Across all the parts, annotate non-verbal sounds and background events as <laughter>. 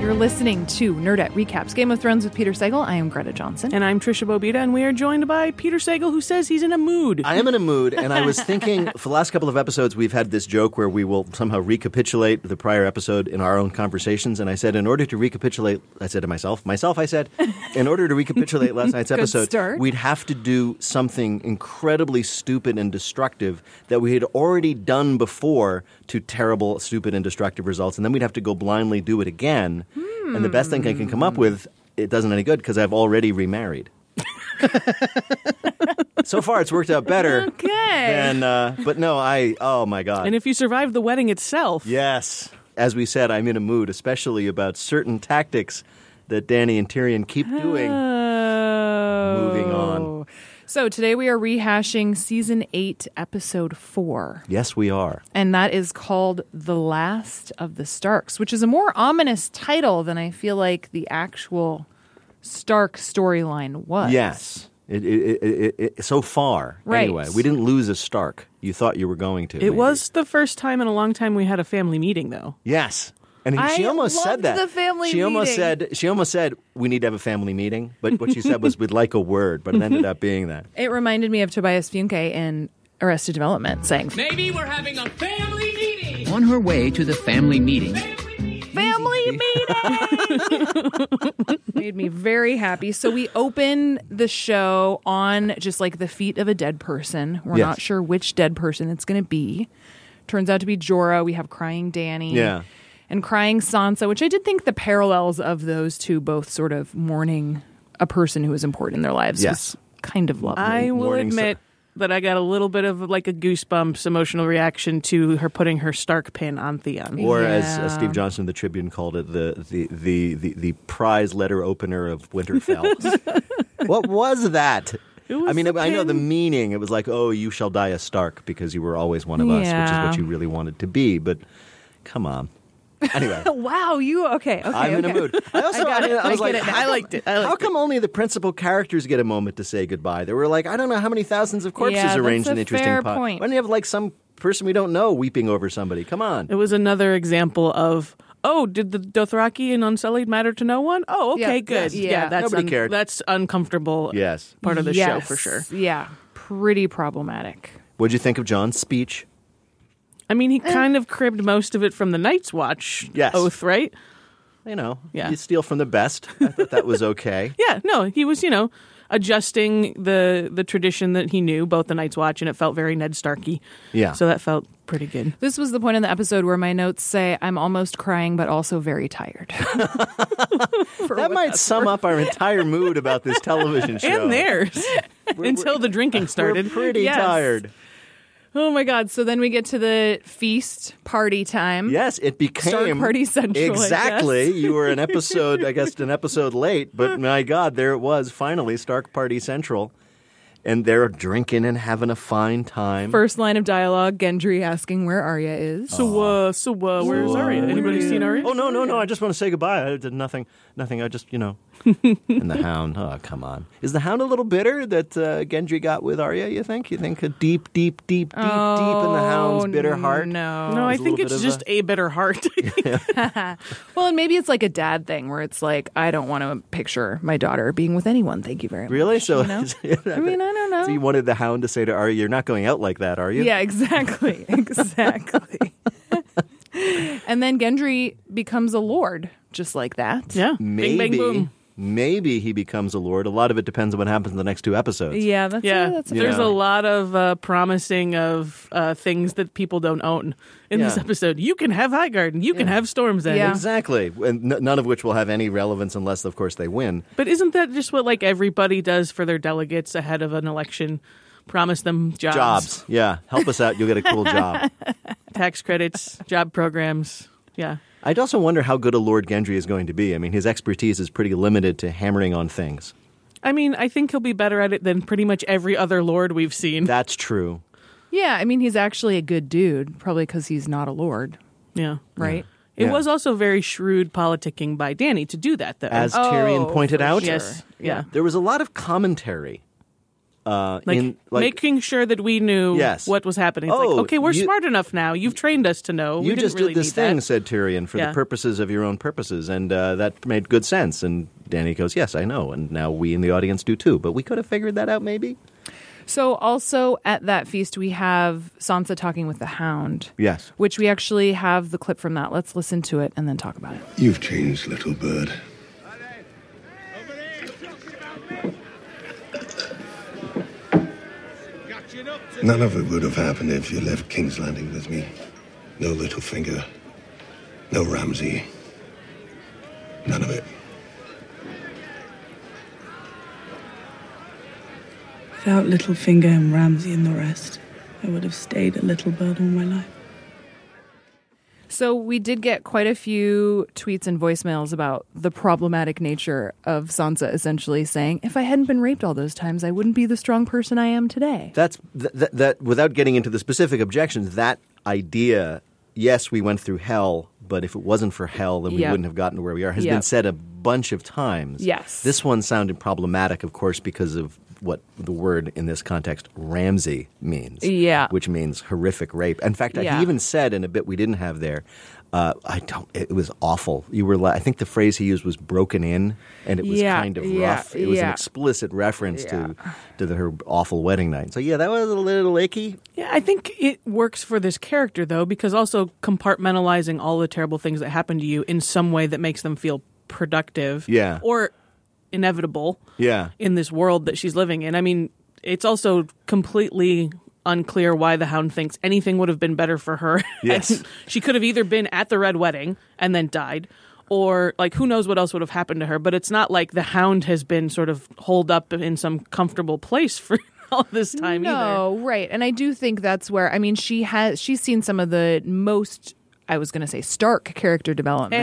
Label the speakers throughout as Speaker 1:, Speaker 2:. Speaker 1: You're listening to Nerdette Recaps Game of Thrones with Peter Segal. I am Greta Johnson.
Speaker 2: And I'm Trisha Bobita, and we are joined by Peter Sagal, who says he's in a mood.
Speaker 3: I am in a mood, and I was
Speaker 1: <laughs>
Speaker 3: thinking for the last couple of episodes, we've had this joke where we will somehow recapitulate the prior episode in our own conversations. And I said, in order to recapitulate, I said to myself, myself, I
Speaker 1: <laughs>
Speaker 3: said, in order to recapitulate last night's episode,
Speaker 1: start.
Speaker 3: we'd have to do something incredibly stupid and destructive that we had already done before to terrible, stupid, and destructive results. And then we'd have to go blindly do it again. And the best thing I can come
Speaker 1: Hmm.
Speaker 3: up with, it doesn't any good because I've already remarried. so far, it's worked out better.
Speaker 1: <laughs> Okay.
Speaker 3: And uh, but no, I oh my god.
Speaker 2: And if you survive the wedding itself,
Speaker 3: yes, as we said, I'm in a mood, especially about certain tactics that Danny and Tyrion keep
Speaker 1: Ah.
Speaker 3: doing. Moving on.
Speaker 1: Oh. So today we are rehashing season eight, episode four.
Speaker 3: Yes, we are.
Speaker 1: And that is called The Last of the Starks, which is a more ominous title than I feel like the actual Stark storyline was.
Speaker 3: Yes. It, it, it, it, it, so far,
Speaker 1: Right.
Speaker 3: anyway, we didn't lose a Stark. You thought you were going to.
Speaker 2: it
Speaker 3: maybe.
Speaker 2: was the first time in a long time we had a family meeting, though.
Speaker 3: Yes. And he- she
Speaker 1: I
Speaker 3: almost said
Speaker 1: loved
Speaker 3: that.
Speaker 1: the family
Speaker 3: she almost
Speaker 1: meeting.
Speaker 3: said she almost said we need to have a family meeting, but what she said was we'd like a word, but it ended up being that.
Speaker 1: It reminded me of Tobias Funke in Arrested Development saying,
Speaker 4: Maybe we're having a family meeting.
Speaker 5: On her way to the family meeting,
Speaker 1: family meeting <laughs> made me very happy so we open the show on just like the feet of a dead person we're
Speaker 3: Yes.
Speaker 1: not sure which dead person it's going to be turns out to be jorah we have crying danny
Speaker 3: Yeah.
Speaker 1: and crying sansa which i did think the parallels of those two both sort of mourning a person who was important in their lives
Speaker 3: Yes.
Speaker 1: was kind of lovely
Speaker 2: I will
Speaker 3: Morning, sir.
Speaker 2: admit that I got a little bit of like a goosebumps emotional reaction to her putting her Stark pin on Theon.
Speaker 3: or as uh, Steve Johnson of the Tribune called it, the the the the, the prize letter opener of
Speaker 1: <laughs>
Speaker 3: Winterfell. what was that? I
Speaker 2: was
Speaker 3: mean,
Speaker 2: the
Speaker 3: I know the
Speaker 2: pin.
Speaker 3: meaning. It was like, oh, you shall die a Stark because you were always one of us,
Speaker 1: Yeah.
Speaker 3: which is what you really wanted to be. But come on. Anyway,
Speaker 1: wow you okay <laughs> okay
Speaker 3: I'm in a
Speaker 1: okay.
Speaker 3: mood. I also, I,
Speaker 1: got it.
Speaker 3: I
Speaker 1: I
Speaker 3: was
Speaker 1: get
Speaker 3: like,
Speaker 1: it now.
Speaker 3: how
Speaker 2: I liked it. I
Speaker 3: come-
Speaker 2: liked
Speaker 3: how come only the principal characters get a moment to say goodbye? There were like, I don't know how many thousands of corpses
Speaker 1: Yeah, that's
Speaker 3: arranged in
Speaker 1: a
Speaker 3: interesting
Speaker 1: fair
Speaker 3: pot.
Speaker 1: point.
Speaker 3: Why don't you have like some person we don't know weeping over somebody? Come on.
Speaker 2: It was another example of oh, did the Dothraki and Unsullied matter to no one? Oh, okay,
Speaker 1: Yeah.
Speaker 2: good.
Speaker 1: Yeah.
Speaker 2: Yeah, that's
Speaker 3: Nobody cared.
Speaker 2: That's uncomfortable.
Speaker 3: Yes.
Speaker 2: part of the show
Speaker 1: Yes.
Speaker 2: for sure.
Speaker 1: yeah pretty problematic
Speaker 3: What'd you think of John's speech?
Speaker 2: I mean, he kind of cribbed most of it from the Night's Watch
Speaker 3: Yes.
Speaker 2: oath, right?
Speaker 3: you know,
Speaker 2: Yeah.
Speaker 3: you steal from the best. I thought that was okay.
Speaker 2: <laughs> Yeah, no, he was, you know, adjusting the the tradition that he knew, both the Night's Watch, and it felt very Ned Starky.
Speaker 3: Yeah.
Speaker 2: so that felt pretty good.
Speaker 1: This was the point in the episode where my notes say I'm almost crying but also very tired. <laughs>
Speaker 3: that might sum up our entire mood about this
Speaker 2: <laughs>
Speaker 3: television show.
Speaker 2: And theirs <laughs> until the
Speaker 3: <laughs>
Speaker 2: drinking
Speaker 3: We're
Speaker 2: started.
Speaker 3: pretty
Speaker 1: Yes.
Speaker 3: tired.
Speaker 1: oh my god, so then we get to the feast party time.
Speaker 3: Yes, it became
Speaker 1: Stark Party Central, I
Speaker 2: <laughs>
Speaker 3: Exactly. You were an episode, I guess, an episode late, but my God, there it was. Finally, Stark Party Central, and they're drinking and having a fine time.
Speaker 1: First line of dialogue, Gendry asking where Arya is.
Speaker 2: So, uh, so uh, where's Arya? Anybody seen Arya?
Speaker 3: Oh no, no, no! I just want to say goodbye. I did nothing, nothing. I just, you know. and the hound. Oh, come on! Is the hound a little bitter that uh, Gendry got with Arya? You think? You think a deep, deep, deep, deep, deep in the hound's bitter heart?
Speaker 1: No.
Speaker 2: No, I
Speaker 3: There's a
Speaker 2: think
Speaker 3: little
Speaker 2: it's
Speaker 3: bit of
Speaker 2: just a... bitter heart. <laughs>
Speaker 1: Well, and maybe it's like a dad thing where it's like I don't want to picture my daughter being with anyone. Thank you very much.
Speaker 3: Really? So,
Speaker 1: You know? I mean, I don't
Speaker 3: <laughs>
Speaker 1: know.
Speaker 3: so you wanted the hound to say to Arya, "You're not going out like that, are you?"
Speaker 1: Yeah, exactly. <laughs> Exactly. <laughs> and then Gendry becomes a lord just like that.
Speaker 2: yeah,
Speaker 3: Maybe.
Speaker 2: bing, bang, boom.
Speaker 3: Maybe he becomes a lord. A lot of it depends on what happens in the next two episodes.
Speaker 1: Yeah, that's
Speaker 2: Yeah,
Speaker 1: A, that's a
Speaker 2: there's
Speaker 3: Yeah.
Speaker 2: a lot of uh, promising of uh, things that people don't own in this
Speaker 3: Yeah.
Speaker 2: episode. You can have High Garden, you can have Storm's End,
Speaker 1: Yeah.
Speaker 3: Exactly, and n- none of which will have any relevance unless, of course, they win.
Speaker 2: But isn't that just what like everybody does for their delegates ahead of an election? Promise them jobs,
Speaker 3: Jobs, yeah, help us out. You'll get a cool
Speaker 2: <laughs>
Speaker 3: job.
Speaker 2: tax credits, job programs. Yeah.
Speaker 3: I'd also wonder how good a Lord Gendry is going to be. I mean, his expertise is pretty limited to hammering on things.
Speaker 2: I mean, I think he'll be better at it than pretty much every other lord we've seen.
Speaker 3: That's true.
Speaker 1: Yeah, I mean, he's actually a good dude, probably because he's not a lord,
Speaker 2: Yeah.
Speaker 1: right?
Speaker 2: It
Speaker 3: Yeah.
Speaker 2: was also very shrewd politicking by Danny to do that, though.
Speaker 3: As
Speaker 1: Oh,
Speaker 3: Tyrion pointed
Speaker 1: for
Speaker 3: out,
Speaker 1: sure.
Speaker 2: yes, yeah,
Speaker 3: there was a lot of commentary. Uh,
Speaker 2: like,
Speaker 3: in, like
Speaker 2: making sure that we knew
Speaker 3: Yes.
Speaker 2: what was happening. It's
Speaker 3: Oh,
Speaker 2: like, okay, we're
Speaker 3: you-
Speaker 2: smart enough now. You've trained us to know. we
Speaker 3: you
Speaker 2: didn't
Speaker 3: just
Speaker 2: really
Speaker 3: did this
Speaker 2: need
Speaker 3: thing,
Speaker 2: that.
Speaker 3: said Tyrion, for
Speaker 2: Yeah.
Speaker 3: the purposes of your own purposes, and uh, that made good sense. And Danny goes, "Yes, I know." And now we in the audience do too. But we could have figured that out, maybe.
Speaker 1: So, also at that feast, we have Sansa talking with the hound.
Speaker 3: Yes.
Speaker 1: Which we actually have the clip from that. Let's listen to it and then talk about it.
Speaker 6: You've changed, little bird. None of it would have happened if you left King's Landing with me. No Littlefinger. No Ramsay. None of it.
Speaker 7: Without Littlefinger and Ramsay and the rest, I would have stayed a little bird all my life.
Speaker 1: So, we did get quite a few tweets and voicemails about the problematic nature of Sansa essentially saying, if I hadn't been raped all those times, I wouldn't be the strong person I am today.
Speaker 3: That's th- th- that. Without getting into the specific objections, that idea. Yes, we went through hell, but if it wasn't for hell, then we
Speaker 1: Yeah.
Speaker 3: wouldn't have gotten to where we are. Has
Speaker 1: Yeah.
Speaker 3: been said a bunch of times.
Speaker 1: Yes.
Speaker 3: This one sounded problematic, of course, because of what the word in this context Ramsey means.
Speaker 1: Yeah.
Speaker 3: Which means horrific rape. In fact,
Speaker 1: Yeah.
Speaker 3: he even said in a bit we didn't have there. Uh, I don't. It was awful. You were. la- I think the phrase he used was "broken in," and it was
Speaker 1: Yeah,
Speaker 3: kind of
Speaker 1: yeah,
Speaker 3: rough. It was an
Speaker 1: yeah.
Speaker 3: explicit reference to to the, her awful wedding night. So yeah, that was a little icky.
Speaker 2: Yeah, I think it works for this character though, because also compartmentalizing all the terrible things that happen to you in some way that makes them feel productive,
Speaker 3: Yeah.
Speaker 2: or inevitable,
Speaker 3: Yeah.
Speaker 2: in this world that she's living in. I mean, it's also completely unclear why the Hound thinks anything would have been better for her. <laughs>
Speaker 3: Yes.
Speaker 2: she could have either been at the Red Wedding and then died. Or like who knows what else would have happened to her, but it's not like the hound has been sort of holed up in some comfortable place for <laughs> all this time either.
Speaker 1: No, right. And I do think that's where I mean she has she's seen some of the most I was going to say stark character development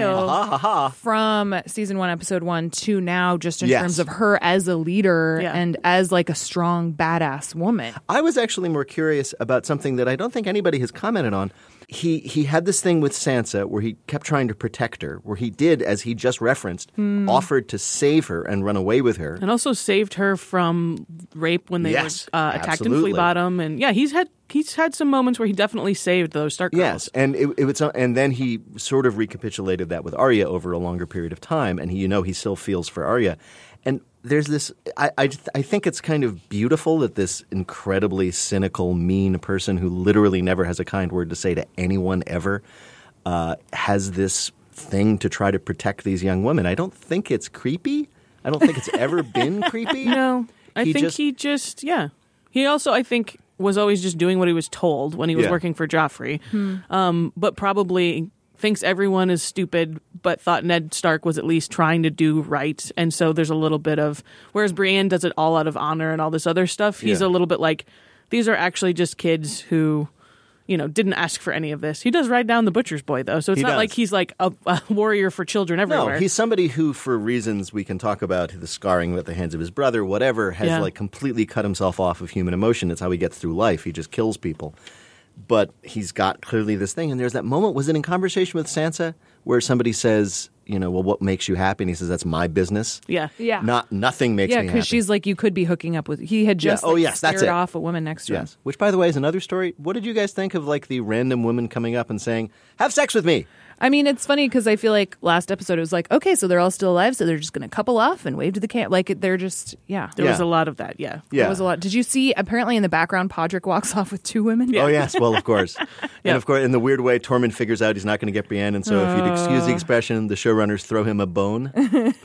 Speaker 1: from season 1 episode 1 to now just in
Speaker 3: Yes.
Speaker 1: terms of her as a leader
Speaker 2: Yeah.
Speaker 1: and as like a strong badass woman.
Speaker 3: I was actually more curious about something that I don't think anybody has commented on. He he had this thing with Sansa where he kept trying to protect her, where he did, as he just referenced,
Speaker 1: Hmm.
Speaker 3: offered to save her and run away with her.
Speaker 2: and also saved her from rape when they
Speaker 3: Yes,
Speaker 2: were uh, attacked
Speaker 3: absolutely.
Speaker 2: in Flea Bottom. And yeah, he's had he's had some moments where he definitely saved those Stark
Speaker 3: Yes,
Speaker 2: girls.
Speaker 3: and it, it was, uh, and then he sort of recapitulated that with Arya over a longer period of time, and he, you know, he still feels for Arya, and there's this. I, I, th- I think it's kind of beautiful that this incredibly cynical, mean person who literally never has a kind word to say to anyone ever uh, has this thing to try to protect these young women. I don't think it's creepy. I don't think it's
Speaker 2: <laughs>
Speaker 3: ever been creepy.
Speaker 2: No, I
Speaker 3: He
Speaker 2: think
Speaker 3: just-
Speaker 2: he just yeah. He also I think was always just doing what he was told when he was
Speaker 3: Yeah.
Speaker 2: working for Joffrey. Um, but probably thinks everyone is stupid, but thought Ned Stark was at least trying to do right. And so there's a little bit of whereas Brienne does it all out of honor and all this other stuff. He's
Speaker 3: Yeah.
Speaker 2: a little bit like these are actually just kids who. You know, didn't ask for any of this. He does ride down the butcher's boy, though, so it's
Speaker 3: He
Speaker 2: not
Speaker 3: does.
Speaker 2: like he's like a, a warrior for children everywhere.
Speaker 3: No, he's somebody who, for reasons we can talk about, the scarring at the hands of his brother, whatever, has
Speaker 2: Yeah.
Speaker 3: like completely cut himself off of human emotion. It's how he gets through life. He just kills people. But he's got clearly this thing. And there's that moment, was it in conversation with Sansa, where somebody says, you know, well, what makes you happy? And he says, that's my business.
Speaker 2: yeah,
Speaker 1: Yeah.
Speaker 3: Not nothing makes
Speaker 1: yeah,
Speaker 3: me
Speaker 1: because
Speaker 3: happy.
Speaker 1: she's like you could be hooking up with he had
Speaker 3: Yeah,
Speaker 1: just
Speaker 3: oh,
Speaker 1: like,
Speaker 3: yes, that's
Speaker 1: scared
Speaker 3: it.
Speaker 1: off a woman next to him.
Speaker 3: yes. Which, by the way, is another story. What did you guys think of like the random woman coming up and saying, "Have sex with me"?
Speaker 1: I mean, it's funny because I feel like last episode it was like, okay, so they're all still alive, so they're just going to couple off and wave to the camp. Like they're just, yeah.
Speaker 2: there
Speaker 3: Yeah.
Speaker 2: was a lot of that. Yeah,
Speaker 3: Yeah.
Speaker 1: That was a lot. Did you see? Apparently, in the background, Podrick walks <laughs> off with two women.
Speaker 3: Oh yes, well of
Speaker 2: <laughs>
Speaker 3: course, and of course in the weird way Tormund figures out he's not going to get Brienne, and so if you'd excuse
Speaker 2: Uh.
Speaker 3: the expression, the showrunners throw him a
Speaker 2: <laughs>
Speaker 3: bone.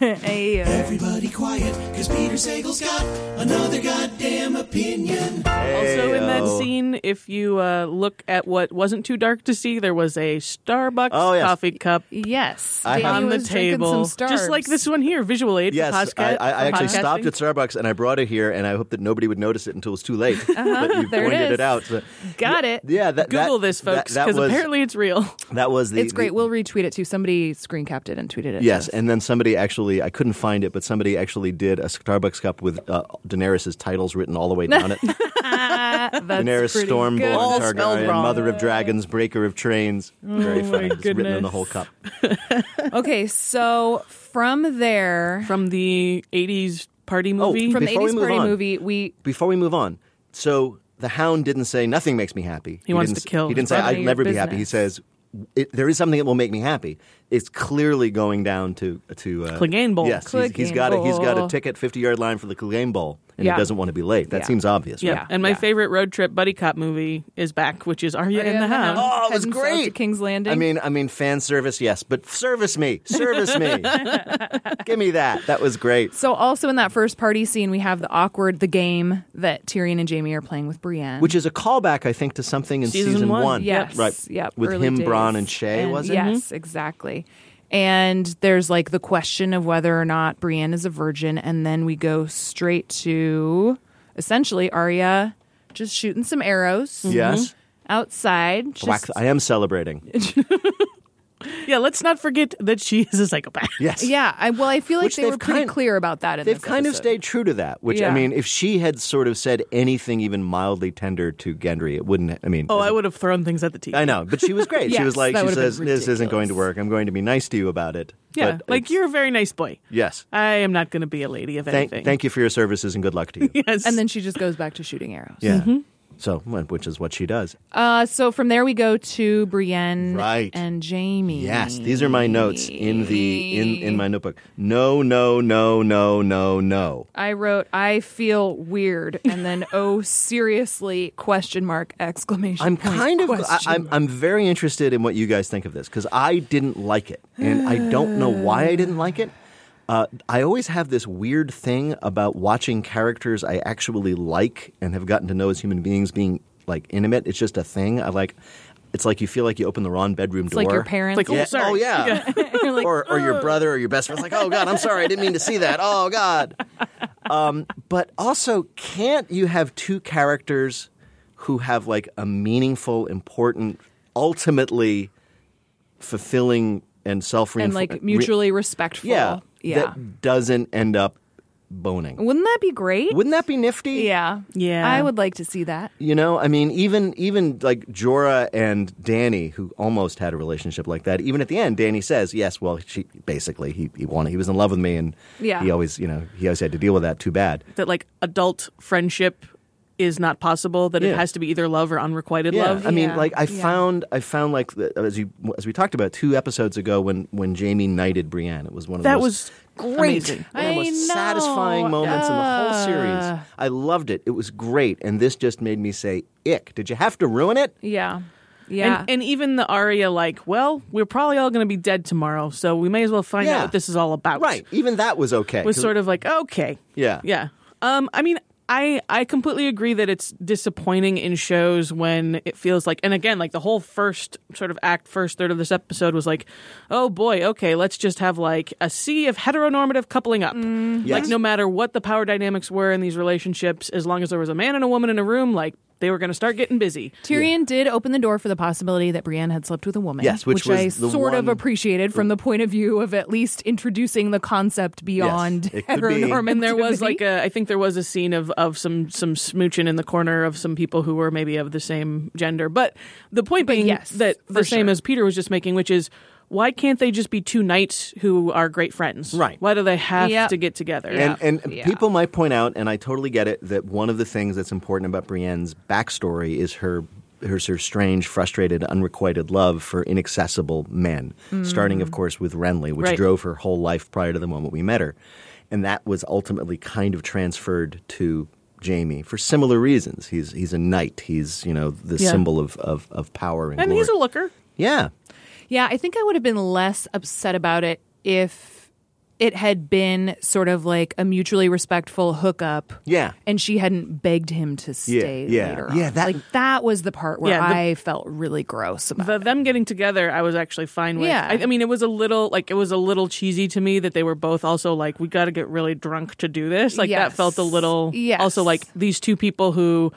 Speaker 8: Everybody quiet, cause Peter Sagal's got another goddamn opinion.
Speaker 2: Also in that
Speaker 3: Ayo.
Speaker 2: scene, if you uh, look at what wasn't too dark to see, there was a Starbucks
Speaker 3: Oh, yes.
Speaker 2: coffee cup
Speaker 1: Yes.
Speaker 3: I-
Speaker 1: Danny
Speaker 2: on the
Speaker 1: was drinking
Speaker 2: table,
Speaker 1: some
Speaker 2: just like
Speaker 1: Starbs.
Speaker 2: this one here, visual aid. for
Speaker 3: Yes, I,
Speaker 2: posca-
Speaker 3: I, I
Speaker 2: for
Speaker 3: actually
Speaker 2: podcasting.
Speaker 3: stopped at Starbucks and I brought it here, and I hope that nobody would notice it until it's too late.
Speaker 2: Uh-huh.
Speaker 3: But you
Speaker 1: there it
Speaker 3: pointed it,
Speaker 1: is.
Speaker 3: out. so-
Speaker 1: Got it.
Speaker 3: Yeah, that, that-
Speaker 2: Google this,
Speaker 3: that-
Speaker 2: folks,
Speaker 3: That,
Speaker 2: because
Speaker 3: was
Speaker 2: apparently it's real. <laughs>
Speaker 3: that was the.
Speaker 1: It's great.
Speaker 3: the-
Speaker 1: We'll retweet it too. Somebody screen capped it and tweeted it. to
Speaker 3: Yes,
Speaker 1: us.
Speaker 3: and then somebody actually, I
Speaker 2: <laughs>
Speaker 3: couldn't find it, but somebody actually did a Starbucks cup with uh, Daenerys' titles written all the way down it.
Speaker 1: <laughs> That's
Speaker 3: Daenerys
Speaker 1: pretty
Speaker 3: Stormborn,
Speaker 1: good.
Speaker 2: All spelled
Speaker 3: Targaryen,
Speaker 2: wrong.
Speaker 3: Mother of Dragons, Breaker of Trains. Very
Speaker 2: Oh my
Speaker 3: funny. It's written on the
Speaker 2: goodness.
Speaker 3: whole cup.
Speaker 1: <laughs> Okay, so from there,
Speaker 2: from the 80s party
Speaker 3: Oh,
Speaker 2: movie.
Speaker 1: from the
Speaker 3: Before we
Speaker 1: 80s
Speaker 3: move
Speaker 1: party
Speaker 3: on.
Speaker 1: movie, we
Speaker 3: Before we move on, so the Hound didn't say nothing makes me happy. He,
Speaker 2: wants
Speaker 3: didn't,
Speaker 2: to kill
Speaker 3: He didn't
Speaker 2: his
Speaker 3: say
Speaker 1: brother.
Speaker 3: I'd never be happy. He
Speaker 1: Business.
Speaker 3: says it, there is something that will make me happy. It's clearly going down to to uh,
Speaker 2: Clegane Bowl.
Speaker 3: Yes, he's- he's
Speaker 1: Clegane
Speaker 3: got a he's got a
Speaker 1: Bowl.
Speaker 3: ticket fifty yard line for the Clegane Bowl, and
Speaker 1: Yeah.
Speaker 3: he doesn't want to be late. That
Speaker 1: Yeah.
Speaker 3: seems obvious.
Speaker 2: yeah.
Speaker 3: right?
Speaker 2: and my
Speaker 1: yeah.
Speaker 2: favorite road trip buddy cop movie is back, which is Are You in the House?
Speaker 3: Oh, it was
Speaker 1: heading south
Speaker 3: great.
Speaker 1: to King's Landing.
Speaker 3: I mean, I mean, fan service, yes, but service me, service
Speaker 1: <laughs>
Speaker 3: me. Give me that. That was great.
Speaker 1: so also in that first party scene, we have the awkward the game that Tyrion and Jamie are playing with Brienne,
Speaker 3: Which is a callback, I think, to something in season,
Speaker 2: Season one,
Speaker 1: yes,
Speaker 3: right,
Speaker 1: yep,
Speaker 3: with
Speaker 1: early
Speaker 3: him,
Speaker 1: days.
Speaker 3: Bronn, and Shay, was it?
Speaker 1: Yes, exactly. And there's like the question of whether or not Brienne is a virgin, and then we go straight to essentially Arya just shooting some arrows
Speaker 3: Yes.
Speaker 1: outside. Just,
Speaker 3: Mm. Wax, I am
Speaker 2: <laughs>
Speaker 3: celebrating.
Speaker 2: Yeah, let's not forget that she <laughs> is a psychopath.
Speaker 3: Yes.
Speaker 1: yeah, I, well, I feel like
Speaker 3: Which
Speaker 1: they were
Speaker 3: they've
Speaker 1: pretty
Speaker 3: kind-
Speaker 1: clear about that. In
Speaker 3: They've
Speaker 1: this
Speaker 3: kind of
Speaker 1: episode.
Speaker 3: stayed true to that, which I
Speaker 1: Yeah.
Speaker 3: mean, if she had sort of said anything even mildly tender to Gendry, it wouldn't. I mean,
Speaker 2: Oh, I would have thrown things at the TV.
Speaker 3: I know, but she was great. she
Speaker 1: Yes,
Speaker 3: was like,
Speaker 1: that
Speaker 3: she
Speaker 1: would have been
Speaker 3: says, "This isn't going to work.
Speaker 1: ridiculous.
Speaker 3: I'm going to be nice to you about it."
Speaker 2: Yeah,
Speaker 3: But
Speaker 2: like
Speaker 3: it's-
Speaker 2: you're a very nice boy.
Speaker 3: Yes.
Speaker 2: I am not going to be a lady of
Speaker 3: Thank,
Speaker 2: anything.
Speaker 3: thank you for your services and good luck to you.
Speaker 2: <laughs> Yes. Mm-hmm.
Speaker 1: And then she just goes back to shooting arrows.
Speaker 3: Yeah. So, which is what she does.
Speaker 1: Uh, so from there we go to Brienne
Speaker 3: Right.
Speaker 1: and Jamie.
Speaker 3: Yes, these are my notes in the in in my notebook. No, no, no, no, no, no.
Speaker 1: I wrote, I feel weird,
Speaker 3: <laughs>
Speaker 1: and then oh seriously question mark exclamation.
Speaker 3: I'm
Speaker 1: point,
Speaker 3: kind of I,
Speaker 1: question
Speaker 3: I'm I'm very interested in what you guys think of this because I didn't like it, and I don't know why I didn't like it. Uh, I always have this weird thing about watching characters I actually like and have gotten to know as human beings being like intimate. It's just a thing. I like. It's like you feel like you open the wrong bedroom
Speaker 1: It's
Speaker 3: door.
Speaker 1: like your parents.
Speaker 2: Like, oh,
Speaker 3: Yeah.
Speaker 2: sorry.
Speaker 3: Oh yeah.
Speaker 1: <laughs> You're like,
Speaker 3: or or your brother or your best friend's like, oh god, I'm sorry, I didn't mean to see that. Oh god. Um, but also, can't you have two characters who have like a meaningful, important, ultimately fulfilling and self
Speaker 1: and like mutually respectful.
Speaker 3: yeah,
Speaker 1: Yeah.
Speaker 3: that doesn't end up boning.
Speaker 1: Wouldn't that be great?
Speaker 3: Wouldn't that be nifty?
Speaker 1: yeah.
Speaker 2: Yeah.
Speaker 1: I would like to see that.
Speaker 3: You know, I mean, even even like Jorah and Danny, who almost had a relationship like that. Even at the end, Danny says, "Yes, well, she basically he he wanted he was in love with me, and
Speaker 1: Yeah.
Speaker 3: he always you know he always had to deal with that. Too bad.
Speaker 2: that like uh, adult friendship is not possible. That
Speaker 3: Yeah.
Speaker 2: it has to be either love or unrequited love.
Speaker 3: I mean,
Speaker 1: Yeah.
Speaker 3: like I
Speaker 1: Yeah.
Speaker 3: found I found like the- as you as we talked about two episodes ago when when Jamie knighted Brienne, it was one of
Speaker 2: That
Speaker 3: the
Speaker 2: was
Speaker 3: most great,
Speaker 2: amazing.
Speaker 3: one of the
Speaker 1: I
Speaker 3: most
Speaker 1: know.
Speaker 3: satisfying moments in the whole
Speaker 1: Uh.
Speaker 3: series. I loved it. It was great, and this just made me say, "Ick! Did you have to ruin it?"
Speaker 1: Yeah. Yeah.
Speaker 2: And, and even the aria, like, well, we're probably all going to be dead tomorrow, so we may as well find
Speaker 3: Yeah.
Speaker 2: out what this is all about.
Speaker 3: Right. Even that was okay.
Speaker 2: Was
Speaker 3: 'cause-
Speaker 2: sort of like, okay.
Speaker 3: Yeah.
Speaker 2: Yeah. Um, I mean, I I completely agree that it's disappointing in shows when it feels like, and again, like the whole first sort of act, first third of this episode was like, oh boy, okay, let's just have like a sea of heteronormative coupling up. Like
Speaker 3: Yes.
Speaker 2: no matter what the power dynamics were in these relationships, as long as there was a man and a woman in a room, like they were going to start getting busy.
Speaker 1: Tyrion did open the door for the possibility that Brienne had slept with a woman.
Speaker 3: Yes, which
Speaker 1: I
Speaker 3: was the
Speaker 1: sort of
Speaker 3: one-
Speaker 1: appreciated from the point of view of at least introducing the concept beyond
Speaker 3: it could be.
Speaker 1: heteronormativity.
Speaker 2: And there was like a, I think there was a scene of of some some smooching in the corner of some people who were maybe of the same gender. But the point being
Speaker 1: yes,
Speaker 2: that
Speaker 1: for
Speaker 2: the same
Speaker 1: sure.
Speaker 2: as Peter was just making, which is why can't they just be two knights who are great friends?
Speaker 3: Right.
Speaker 2: Why do they have
Speaker 1: Yep.
Speaker 2: to get together?
Speaker 3: And, and
Speaker 1: Yeah.
Speaker 3: people might point out, and I totally get it, that one of the things that's important about Brienne's backstory is her her, her strange, frustrated, unrequited love for inaccessible men, starting, of course, with Renly, which
Speaker 2: Mm-hmm. Right.
Speaker 3: drove her whole life prior to the moment we met her. And that was ultimately kind of transferred to Jamie for similar reasons. He's he's a knight. He's you know the
Speaker 2: Yeah.
Speaker 3: symbol of, of, of power and,
Speaker 2: and he's a
Speaker 3: glory.
Speaker 2: looker.
Speaker 3: yeah
Speaker 1: Yeah, I think I would have been less upset about it if it had been sort of like a mutually respectful hookup.
Speaker 3: yeah
Speaker 1: And she hadn't begged him to stay
Speaker 3: yeah.
Speaker 1: later.
Speaker 3: Yeah,
Speaker 1: on.
Speaker 3: that-
Speaker 1: like that was the part where
Speaker 2: Yeah, the-
Speaker 1: I felt really gross about.
Speaker 2: The, them getting together, I was actually fine with.
Speaker 1: Yeah.
Speaker 2: I, I mean, it was a little like it was a little cheesy to me that they were both also like we got to get really drunk to do this. Like
Speaker 1: Yes.
Speaker 2: that felt a little.
Speaker 1: Yes.
Speaker 2: Also, like these two people who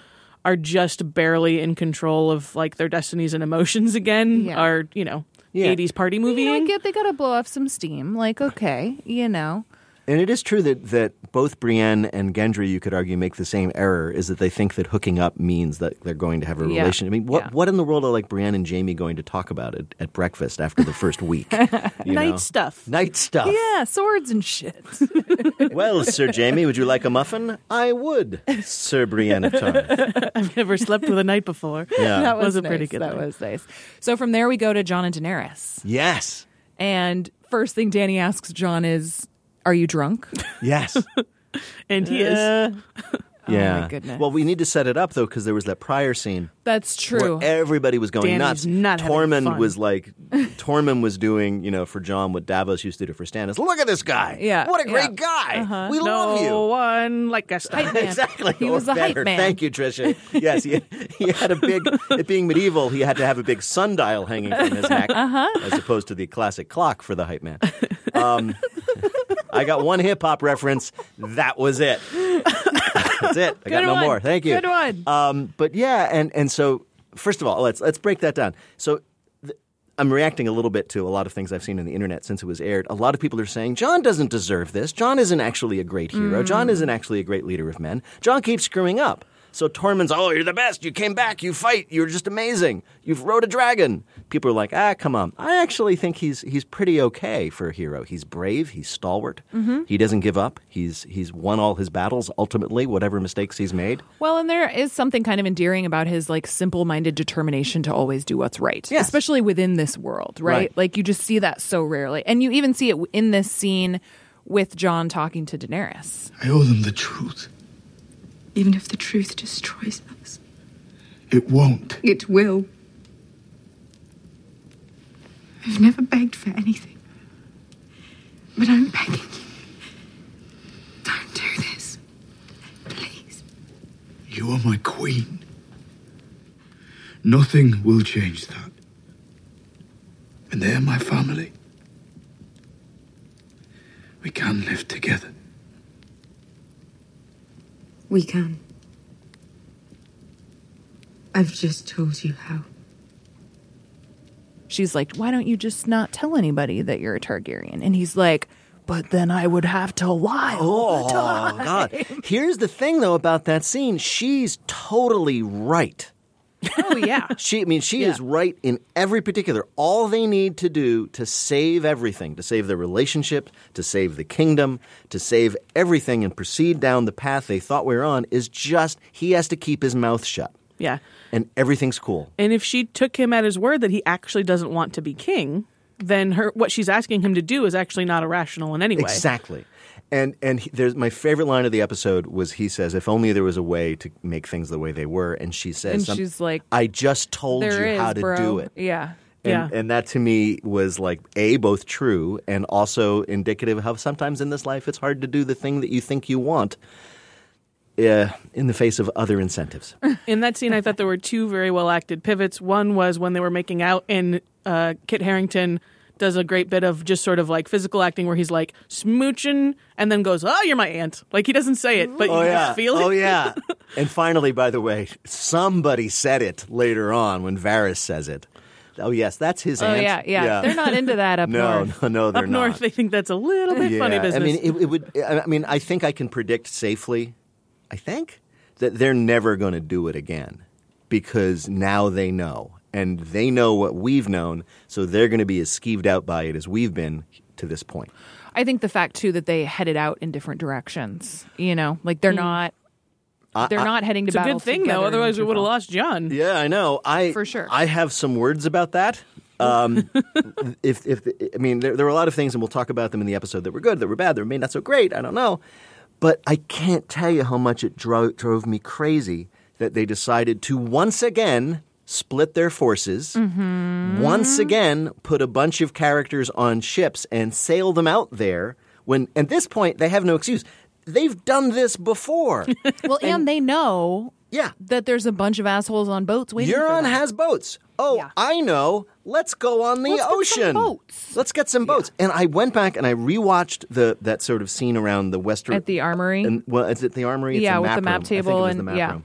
Speaker 2: are just barely in control of like their destinies and emotions again
Speaker 1: Yeah.
Speaker 2: are you know
Speaker 3: Yeah.
Speaker 2: 80s party
Speaker 1: it.
Speaker 2: movie.
Speaker 1: You know, I get they got to blow off some steam. Like, okay, you know,
Speaker 3: And it is true that that both Brienne and Gendry, you could argue, make the same error is that they think that hooking up means that they're going to have a
Speaker 1: Yeah.
Speaker 3: relationship. I mean, what
Speaker 2: Yeah.
Speaker 3: what in the world are like Brienne and Jamie going to talk about at, at breakfast after the first week? you
Speaker 2: Night
Speaker 3: know?
Speaker 2: stuff. <laughs>
Speaker 3: Night stuff.
Speaker 1: Yeah, swords and shit.
Speaker 3: Well, Sir Jamie, would you like a muffin? I would, Sir Brienne of Tarth.
Speaker 2: Never slept with a night before.
Speaker 3: Yeah.
Speaker 1: <laughs> that was,
Speaker 2: was a pretty
Speaker 1: nice.
Speaker 2: good
Speaker 1: That
Speaker 2: one.
Speaker 1: was nice. So from there we go to John and Daenerys,
Speaker 3: Yes.
Speaker 1: and first thing Danny asks John is, "Are you
Speaker 3: <laughs>
Speaker 1: drunk?"
Speaker 3: Yes.
Speaker 2: And he
Speaker 3: Uh,
Speaker 2: is.
Speaker 3: Yeah.
Speaker 1: goodness.
Speaker 3: Well, we need to set it up though, because there was that prior scene
Speaker 1: That's true.
Speaker 3: where everybody was going
Speaker 2: Danny's
Speaker 3: nuts.
Speaker 2: not having
Speaker 3: Tormund
Speaker 2: fun.
Speaker 3: was like, Tormund was doing, you know, for John what Davos used to do for Stannis. Look at this guy.
Speaker 1: Yeah,
Speaker 3: What a
Speaker 1: yeah.
Speaker 3: great guy. We love
Speaker 2: No
Speaker 3: you.
Speaker 2: one like us.
Speaker 1: Hype man.
Speaker 3: Exactly.
Speaker 1: He
Speaker 3: or
Speaker 1: was the hype
Speaker 3: better.
Speaker 1: man.
Speaker 3: Thank you, Tricia. Yes, he, he had a big. It being medieval, he had to have a big sundial hanging from his
Speaker 1: <laughs>
Speaker 3: neck,
Speaker 1: Uh-huh.
Speaker 3: as opposed to the classic clock for the hype man. Um, I got one hip hop reference. That was it. That's it. I got
Speaker 1: Good
Speaker 3: no
Speaker 1: one.
Speaker 3: more. Thank you.
Speaker 1: Good one.
Speaker 3: Um, but yeah, and and so first of all, let's let's break that down. So. th- I'm reacting a little bit to a lot of things I've seen on the internet since it was aired. A lot of people are saying John doesn't deserve this. John isn't actually a great hero. John isn't actually a great leader of men. John keeps screwing up. So Tormund's, oh, you're the best. You came back. You fight. You're just amazing. You've rode a dragon. People are like, ah, come on. I actually think he's he's pretty okay for a hero. He's brave. He's stalwart. He doesn't give up. He's he's won all his battles. Ultimately, whatever mistakes he's made.
Speaker 1: Well, and there is something kind of endearing about his like simple-minded determination to always do what's right,
Speaker 3: Yes.
Speaker 1: especially within this world, right?
Speaker 3: Right.
Speaker 1: Like you just see that so rarely, and you even see it in this scene with John talking to Daenerys.
Speaker 6: I owe them the truth.
Speaker 9: even if the truth destroys us.
Speaker 6: It won't.
Speaker 9: It will. I've never begged for anything. But I'm begging you. Don't do this. Please.
Speaker 6: You are my queen. Nothing will change that. And they're my family. We can live together.
Speaker 9: We can. I've just told you how.
Speaker 1: She's like, "Why don't you just not tell anybody that you're a Targaryen?" And he's like, "But then I would have to lie." all the time."
Speaker 3: <laughs> Oh God! Here's the thing, though, about that scene. She's totally right.
Speaker 1: Oh <laughs> yeah.
Speaker 3: She, I mean, she is right in every particular. All they need to do to save everything, to save their relationship, to save the kingdom, to save everything, and proceed down the path they thought we were on, is just he has to keep his mouth shut,
Speaker 2: Yeah.
Speaker 3: and everything's cool.
Speaker 2: And if she took him at his word that he actually doesn't want to be king, then her what she's asking him to do is actually not irrational in any way.
Speaker 3: Exactly. And and he, there's my favorite line of the episode was he says, "If only there was a way to make things the way they were," and she says,
Speaker 1: And
Speaker 3: some-
Speaker 1: she's like,
Speaker 3: "I just told
Speaker 1: There
Speaker 3: you
Speaker 1: is,
Speaker 3: how to
Speaker 1: bro.
Speaker 3: do it."
Speaker 1: Yeah.
Speaker 3: And,
Speaker 2: Yeah.
Speaker 3: and that to me was like a both true and also indicative of how sometimes in this life it's hard to do the thing that you think you want, uh, in the face of other
Speaker 1: <laughs>
Speaker 3: incentives.
Speaker 2: In that scene, I thought there were two very well acted pivots. One was when they were making out, and uh, Kit Harrington does a great bit of just sort of like physical acting where he's like smooching and then goes, Oh, you're my aunt. Like he doesn't say it, but you can just feel it.
Speaker 3: oh
Speaker 1: <laughs>
Speaker 3: yeah. And finally, by the way, somebody said it later on when Varys says it. Oh yes, that's his
Speaker 1: Oh
Speaker 3: aunt.
Speaker 1: yeah, yeah. They're not into that
Speaker 3: <laughs>
Speaker 1: up
Speaker 3: No,
Speaker 1: north.
Speaker 3: no, no, they're
Speaker 2: Up
Speaker 3: not.
Speaker 2: north, they think that's a little bit funny business.
Speaker 3: I mean, it, it would. I mean, I think I can predict safely. I think that they're never going to do it again because now they know, and they know what we've known, so they're going to be as skeeved out by it as we've been to this point.
Speaker 1: I think the fact too that they headed out in different directions. You know, like they're not. They're not heading to
Speaker 2: Hmm. it's a
Speaker 1: battle.
Speaker 2: good thing,
Speaker 1: together
Speaker 2: though.
Speaker 1: in
Speaker 2: Otherwise, we would have
Speaker 1: Winterfell.
Speaker 2: lost John.
Speaker 3: Yeah, I know. I
Speaker 1: For sure.
Speaker 3: I have some words about that.
Speaker 1: <laughs>
Speaker 3: Um, if if I mean, there, there were a lot of things, and we'll talk about them in the episode that were good, that were bad, that were maybe not so great. I don't know, but I can't tell you how much it dro- drove me crazy that they decided to once again split their forces,
Speaker 1: Mm-hmm.
Speaker 3: once again put a bunch of characters on ships and sail them out there. When at this point they have no excuse. They've done this
Speaker 1: <laughs>
Speaker 3: before.
Speaker 1: Well, and, they know
Speaker 3: yeah,
Speaker 1: that there's a bunch of assholes on boats waiting.
Speaker 3: You're
Speaker 1: for
Speaker 3: on
Speaker 1: them.
Speaker 3: has boats. Oh, I know. Let's go on the
Speaker 1: Let's get some
Speaker 3: ocean.
Speaker 1: boats.
Speaker 3: Let's get some boats. And I went back and I rewatched the that sort of scene around the western
Speaker 1: At the armory?
Speaker 3: And well, is it the armory? It's
Speaker 1: Yeah,
Speaker 3: a
Speaker 1: with
Speaker 3: map
Speaker 1: the map
Speaker 3: room. I think it
Speaker 1: table
Speaker 3: was the
Speaker 1: and-
Speaker 3: map
Speaker 1: yeah.
Speaker 3: room.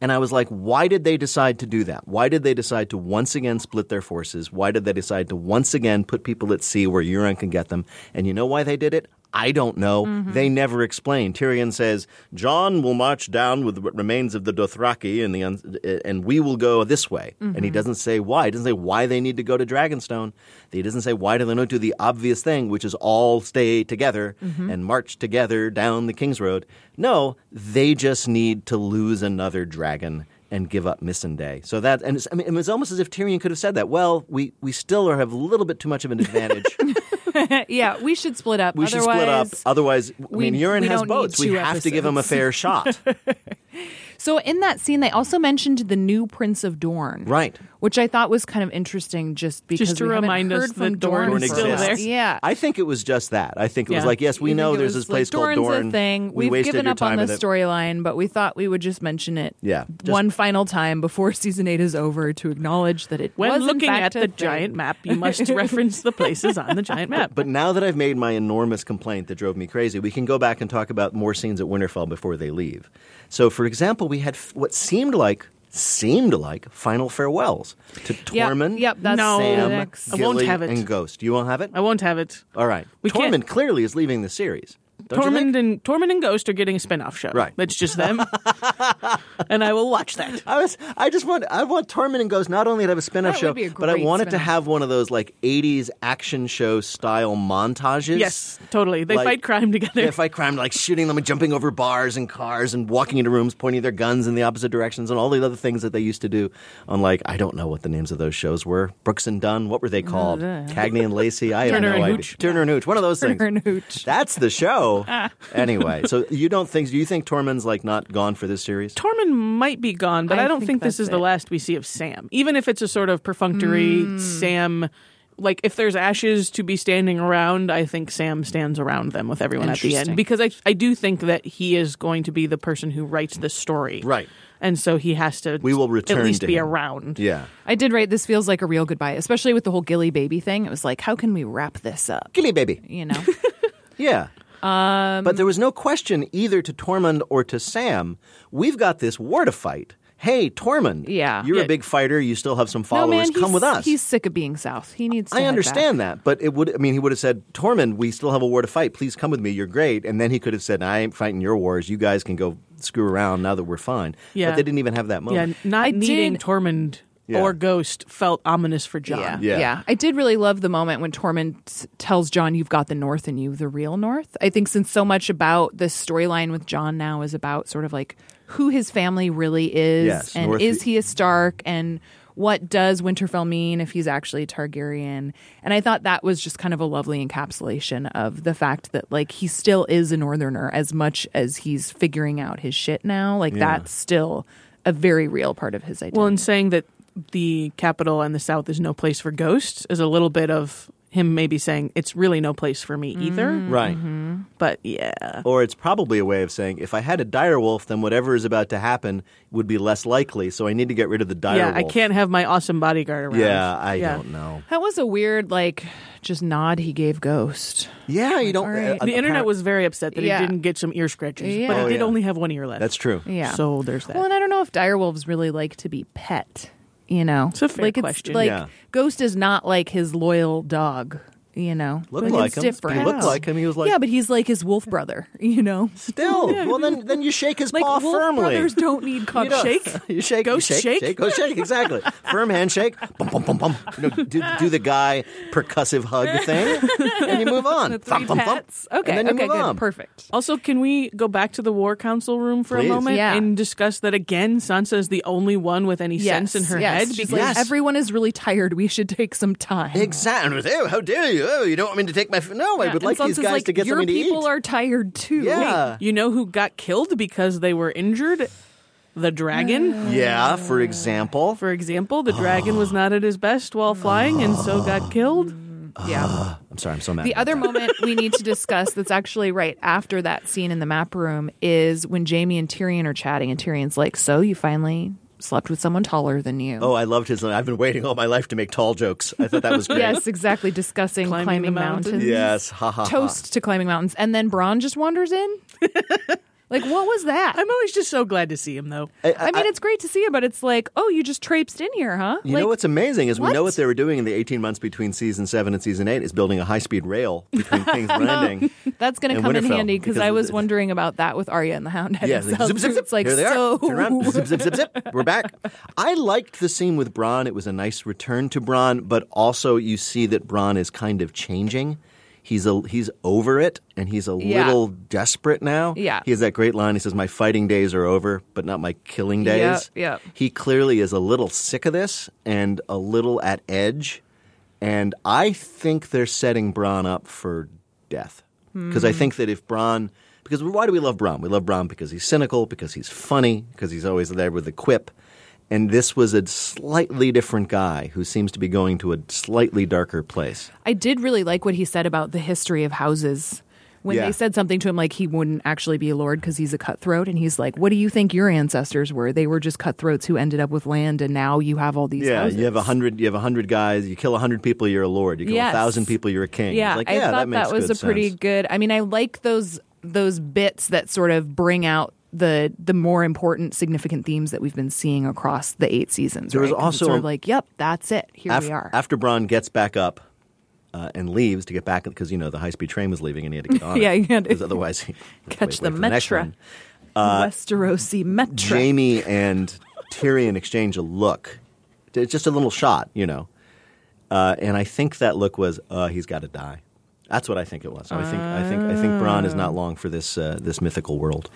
Speaker 3: And I was like, why did they decide to do that? Why did they decide to once again split their forces? Why did they decide to once again put people at sea where Euron can get them? And you know why they did it? I don't know.
Speaker 1: Mm-hmm.
Speaker 3: They never explain. Tyrion says, John will march down with what remains of the Dothraki and, the, un- and we will go this way. And he
Speaker 1: Mm-hmm.
Speaker 3: doesn't say why. He doesn't say why they need to go to Dragonstone. He doesn't say why do they not do the obvious thing, which is all stay together
Speaker 1: Mm-hmm.
Speaker 3: and march together down the King's Road. No, they just need to lose another dragon and give up Missandei. So that, and it's, I mean, it was almost as if Tyrion could have said that. Well, we, we still are, have a little bit too much of an
Speaker 1: <laughs>
Speaker 3: advantage.
Speaker 1: yeah, we should split up.
Speaker 3: We should
Speaker 1: Otherwise,
Speaker 3: split up. Otherwise,
Speaker 1: we-
Speaker 3: I mean, Urine
Speaker 1: we
Speaker 3: has
Speaker 1: don't need
Speaker 3: boats. We
Speaker 1: two
Speaker 3: have to give him a fair
Speaker 1: <laughs>
Speaker 3: shot.
Speaker 1: So in that scene, they also mentioned the new Prince of Dorne,
Speaker 3: Right.
Speaker 1: Which I thought was kind of interesting, just because
Speaker 2: to
Speaker 1: we haven't
Speaker 2: remind us
Speaker 1: heard
Speaker 2: that
Speaker 1: from
Speaker 2: Dorne
Speaker 1: Dorne
Speaker 3: is
Speaker 1: for
Speaker 3: still
Speaker 1: a while.
Speaker 2: there.
Speaker 1: Yeah,
Speaker 3: I think it was just that. I think it was
Speaker 2: Yeah.
Speaker 3: like, yes, we
Speaker 1: You
Speaker 3: know
Speaker 1: think it
Speaker 3: there's
Speaker 1: was
Speaker 3: this place
Speaker 1: like, Dorne's
Speaker 3: called
Speaker 1: a
Speaker 3: Dorne.
Speaker 1: thing.
Speaker 3: We
Speaker 1: We've
Speaker 3: wasted
Speaker 1: given
Speaker 3: your
Speaker 1: up on
Speaker 3: time
Speaker 1: the
Speaker 3: with it.
Speaker 1: storyline, but we thought we would just mention it.
Speaker 3: Yeah, just-
Speaker 1: one final time before <laughs> season eight is over to acknowledge that it
Speaker 2: When
Speaker 1: was in
Speaker 2: looking
Speaker 1: fact,
Speaker 2: at
Speaker 1: a
Speaker 2: the
Speaker 1: thing.
Speaker 2: giant map, you must <laughs> reference the places on the giant map.
Speaker 3: But now that I've made my enormous complaint that drove me crazy, we can go back and talk about more scenes at Winterfell before they leave. So, for example, we had f- what seemed like seemed like final farewells to
Speaker 1: Yep,
Speaker 3: Tormund,
Speaker 1: yep, that's
Speaker 2: No.
Speaker 1: the
Speaker 3: Sam,
Speaker 1: next.
Speaker 2: I won't
Speaker 3: Gilly,
Speaker 2: have it.
Speaker 3: and Ghost. You won't have it.
Speaker 2: I won't have it.
Speaker 3: All right.
Speaker 2: We
Speaker 3: Tormund
Speaker 2: can't-
Speaker 3: clearly is leaving the series. Oh, Don't you think?
Speaker 2: Tormund and Tormund and Ghost are getting a spin-off show.
Speaker 3: Right.
Speaker 2: That's just
Speaker 3: <laughs>
Speaker 2: them. and I will watch that.
Speaker 3: I was I just want I want Tormund and Ghost not only to have a spin-off
Speaker 1: That
Speaker 3: show,
Speaker 1: would be a
Speaker 3: but I
Speaker 1: great
Speaker 3: want it to
Speaker 1: spin-off.
Speaker 3: have one of those like 80s action show style montages.
Speaker 2: Yes, totally. They
Speaker 3: Like-
Speaker 2: fight crime together.
Speaker 3: They fight crime, like shooting them and jumping over bars and cars and walking into rooms, pointing their guns in the opposite directions, and all the other things that they used to do on, like, I don't know what the names of those shows were. Brooks and Dunn, what were they called? Cagney and Lacey, I have
Speaker 2: Turner
Speaker 3: no
Speaker 2: and
Speaker 3: idea.
Speaker 2: Hooch.
Speaker 3: Turner and Hooch, one of those
Speaker 1: Turner
Speaker 3: things.
Speaker 1: and Hooch.
Speaker 3: That's the show. anyway, so you don't think, do you think Tormund's, like, not gone for this series?
Speaker 2: Tormund might be gone, but
Speaker 1: I
Speaker 2: I, don't
Speaker 1: think
Speaker 2: think, this
Speaker 1: that's
Speaker 2: is the
Speaker 1: it.
Speaker 2: last we see of Sam. Even if it's a sort of perfunctory
Speaker 3: Hmm.
Speaker 2: Sam, like if there's ashes to be standing around, I think Sam stands around them with everyone at the
Speaker 1: Interesting.
Speaker 2: end because I I do think that he is going to be the person who writes the story,
Speaker 3: Right.
Speaker 2: And so he has to.
Speaker 3: We will return
Speaker 2: at least
Speaker 3: to
Speaker 2: be
Speaker 3: him.
Speaker 2: around.
Speaker 3: Yeah.
Speaker 1: I did write. This feels like a real goodbye, especially with the whole Gilly baby thing. It was like, how can we wrap this up?
Speaker 3: Gilly baby. <laughs>
Speaker 1: You know,
Speaker 3: Yeah.
Speaker 2: Um,
Speaker 3: but there was no question either to Tormund or to Sam. We've got this war to fight. Hey, Tormund.
Speaker 1: Yeah.
Speaker 3: You're
Speaker 2: Yeah.
Speaker 3: a big fighter. You still have some
Speaker 1: no
Speaker 3: followers.
Speaker 1: man,
Speaker 3: Come
Speaker 1: he's-
Speaker 3: with us.
Speaker 1: He's sick of being south. He needs. to
Speaker 3: I
Speaker 1: head
Speaker 3: understand
Speaker 1: back.
Speaker 3: that, but it would. I mean, he would have said, "Tormund, we still have a war to fight. Please come with me. You're great." And then he could have said, "I ain't fighting your wars. You guys can go screw around now that we're fine."
Speaker 2: Yeah.
Speaker 3: But they didn't even have that
Speaker 2: Yeah,
Speaker 3: moment.
Speaker 2: not
Speaker 1: I
Speaker 2: needing
Speaker 1: did-
Speaker 2: Tormund
Speaker 3: Yeah.
Speaker 2: or Ghost felt ominous for John.
Speaker 1: Yeah.
Speaker 3: Yeah.
Speaker 1: yeah, I did really love the moment when Tormund s- tells John, "You've got the North in you, the real North." I think since so much about this storyline with John now is about sort of like who his family really is,
Speaker 3: Yes,
Speaker 1: and
Speaker 3: North-
Speaker 1: is he a Stark, and what does Winterfell mean if he's actually Targaryen? And I thought that was just kind of a lovely encapsulation of the fact that like he still is a Northerner as much as he's figuring out his shit now. Like that's still a very real part of his identity.
Speaker 2: Well, and saying that the capital and the South is no place for ghosts is a little bit of him maybe saying it's really no place for
Speaker 1: Mm.
Speaker 2: me either.
Speaker 3: Right.
Speaker 2: mm-hmm. But yeah,
Speaker 3: Or it's probably a way of saying, if I had a direwolf, then whatever is about to happen would be less likely. So I need to get rid of the direwolf.
Speaker 2: yeah, I can't have my awesome bodyguard around.
Speaker 3: Yeah, I
Speaker 2: Yeah.
Speaker 3: don't know.
Speaker 1: That was a weird, like, just nod he gave Ghost.
Speaker 3: Yeah, you don't.
Speaker 1: all right.
Speaker 3: uh,
Speaker 2: The internet
Speaker 3: appar-
Speaker 2: was very upset that
Speaker 1: Yeah.
Speaker 2: he didn't get some ear scratches,
Speaker 1: Yeah.
Speaker 2: but he
Speaker 1: Oh,
Speaker 2: did
Speaker 3: yeah.
Speaker 2: only have one ear left.
Speaker 3: That's true.
Speaker 1: Yeah.
Speaker 2: So there's that.
Speaker 1: Well, and I don't know if direwolves really like to be pet. You know,
Speaker 2: It's a fair
Speaker 1: like
Speaker 2: question.
Speaker 1: It's, like
Speaker 3: Yeah.
Speaker 1: Ghost is not like his loyal dog. You know,
Speaker 3: Looked
Speaker 1: Like,
Speaker 3: like
Speaker 1: it's
Speaker 3: him.
Speaker 1: different.
Speaker 3: He looked like him. He was like-
Speaker 1: yeah, but he's like his wolf brother.
Speaker 3: <laughs>
Speaker 1: You know,
Speaker 3: Still, well then, then you shake his
Speaker 1: like
Speaker 3: paw
Speaker 1: wolf
Speaker 3: firmly.
Speaker 1: brothers don't need
Speaker 3: <laughs>
Speaker 1: cup
Speaker 3: You don't-
Speaker 1: shake.
Speaker 3: <laughs> You shake.
Speaker 2: Ghost
Speaker 3: you
Speaker 2: shake?
Speaker 3: shake. Go shake.
Speaker 1: <laughs>
Speaker 3: Exactly. Firm handshake. Bum bum bum bum. You know, do, do the guy percussive hug thing, and you move on.
Speaker 1: <laughs> The three
Speaker 3: Thump, thump, thump.
Speaker 1: pets. Okay,
Speaker 3: And then you
Speaker 1: okay,
Speaker 3: move
Speaker 1: good,
Speaker 3: on.
Speaker 1: perfect.
Speaker 2: also, can we go back to the war council room for
Speaker 3: Please.
Speaker 2: a moment
Speaker 1: Yeah.
Speaker 2: and discuss that again? Sansa is the only one with any sense in her
Speaker 1: yes.
Speaker 2: head.
Speaker 1: She's
Speaker 2: Because
Speaker 1: like,
Speaker 3: Yes.
Speaker 1: everyone is really tired. We should take some time.
Speaker 3: Exactly. Oh, how dare you? Oh, you don't want me to take my. F- no, I would
Speaker 1: And
Speaker 3: like these
Speaker 1: Sansa's
Speaker 3: guys
Speaker 1: like,
Speaker 3: to get
Speaker 1: your
Speaker 3: something to eat.
Speaker 1: people are tired too.
Speaker 3: yeah.
Speaker 2: you know who got killed because they were injured? The dragon.
Speaker 1: <sighs>
Speaker 3: Yeah. For example.
Speaker 2: For example, the dragon was not at his best while flying and so got killed.
Speaker 3: <sighs>
Speaker 1: yeah. <sighs>
Speaker 3: I'm sorry. I'm so mad.
Speaker 1: The
Speaker 3: about
Speaker 1: other
Speaker 3: that.
Speaker 1: moment we need to discuss that's actually right after that scene in the map room is when Jamie and Tyrion are chatting, and Tyrion's like, So you finally slept with someone taller than you.
Speaker 3: Oh, I loved his. line, I've been waiting all my life to make tall jokes. I thought that
Speaker 1: <laughs>
Speaker 3: was great.
Speaker 1: Yes, exactly. Discussing climbing,
Speaker 2: Climbing the
Speaker 1: mountains.
Speaker 2: mountains.
Speaker 3: Yes. Ha ha. ha.
Speaker 1: Toast to climbing mountains. And then Braun just wanders in. <laughs> Like, what was that?
Speaker 2: I'm always just so glad to see him, though.
Speaker 1: I, mean, it's great to see him, but it's like, oh, you just traipsed in here, huh?
Speaker 3: You
Speaker 1: like,
Speaker 3: know what's amazing is we know
Speaker 1: what?
Speaker 3: what they were doing in the 18 months between season seven and season eight is building a high speed rail
Speaker 1: <laughs>
Speaker 3: between King's Landing.
Speaker 1: That's going to
Speaker 3: in
Speaker 1: come in
Speaker 3: Winterfell,
Speaker 1: handy because
Speaker 3: because
Speaker 1: I
Speaker 3: of
Speaker 1: was
Speaker 3: the-
Speaker 1: wondering about that with Arya and the Hound.
Speaker 3: Yeah,
Speaker 1: heading
Speaker 3: like,
Speaker 1: south
Speaker 3: zip, zip,
Speaker 1: through.
Speaker 3: zip.
Speaker 1: It's like
Speaker 3: Here they
Speaker 1: so.
Speaker 3: are. Turn around. Zip, zip, zip,
Speaker 1: <laughs>
Speaker 3: zip. We're back. I liked the scene with Braun. It was a nice return to Braun, but also you see that Braun is kind of changing. He's a he's over it, and he's a
Speaker 1: Yeah.
Speaker 3: little desperate now.
Speaker 1: Yeah.
Speaker 3: he has that great line. He says, "My fighting days are over, but not my killing
Speaker 1: Yep,
Speaker 3: days."
Speaker 1: yep.
Speaker 3: He clearly is a little sick of this and a little at edge, and I think they're setting Braun up for death because I
Speaker 1: Hmm.
Speaker 3: think that if Braun, because why do we love Braun? We love Braun because he's cynical, because he's funny, because he's always there with the quip. And this was a slightly different guy who seems to be going to a slightly darker place.
Speaker 1: I did really like what he said about the history of houses. When
Speaker 3: Yeah.
Speaker 1: they said something to him like he wouldn't actually be a lord because he's a cutthroat, and he's like, "What do you think your ancestors were? They were just cutthroats who ended up with land, and now you have all these."
Speaker 3: yeah,
Speaker 1: houses.
Speaker 3: you have a hundred. You have a hundred guys. You kill a hundred people, you're a lord. You kill
Speaker 1: Yes.
Speaker 3: a thousand people, you're a king.
Speaker 1: Yeah,
Speaker 3: It's like,
Speaker 1: I
Speaker 3: yeah,
Speaker 1: thought that,
Speaker 3: that, makes
Speaker 1: was
Speaker 3: good
Speaker 1: a pretty
Speaker 3: sense.
Speaker 1: good. I mean, I like those those bits that sort of bring out the the more important, significant themes that we've been seeing across the eight seasons.
Speaker 3: There was
Speaker 1: right? 'Cause it's
Speaker 3: also-
Speaker 1: sort of like, yep, that's it. Here
Speaker 3: Af-
Speaker 1: we are.
Speaker 3: After Braun gets back up uh, and leaves to get back because you know the high speed train was leaving and he had to
Speaker 1: <laughs>
Speaker 3: get on.
Speaker 1: Yeah,
Speaker 3: it,
Speaker 1: he had to
Speaker 3: 'cause otherwise
Speaker 1: <laughs>
Speaker 3: he wait-
Speaker 1: Catch the
Speaker 3: wait for next
Speaker 1: Metra. <laughs>
Speaker 3: one.
Speaker 1: Westerosi Metro.
Speaker 3: uh, Jamie and Tyrion exchange a look, It's just a little shot, you know. Uh, and I think that look was, uh, he's got to die. That's what I think it was. So I think I think I think Bronn is not long for this uh, this mythical world.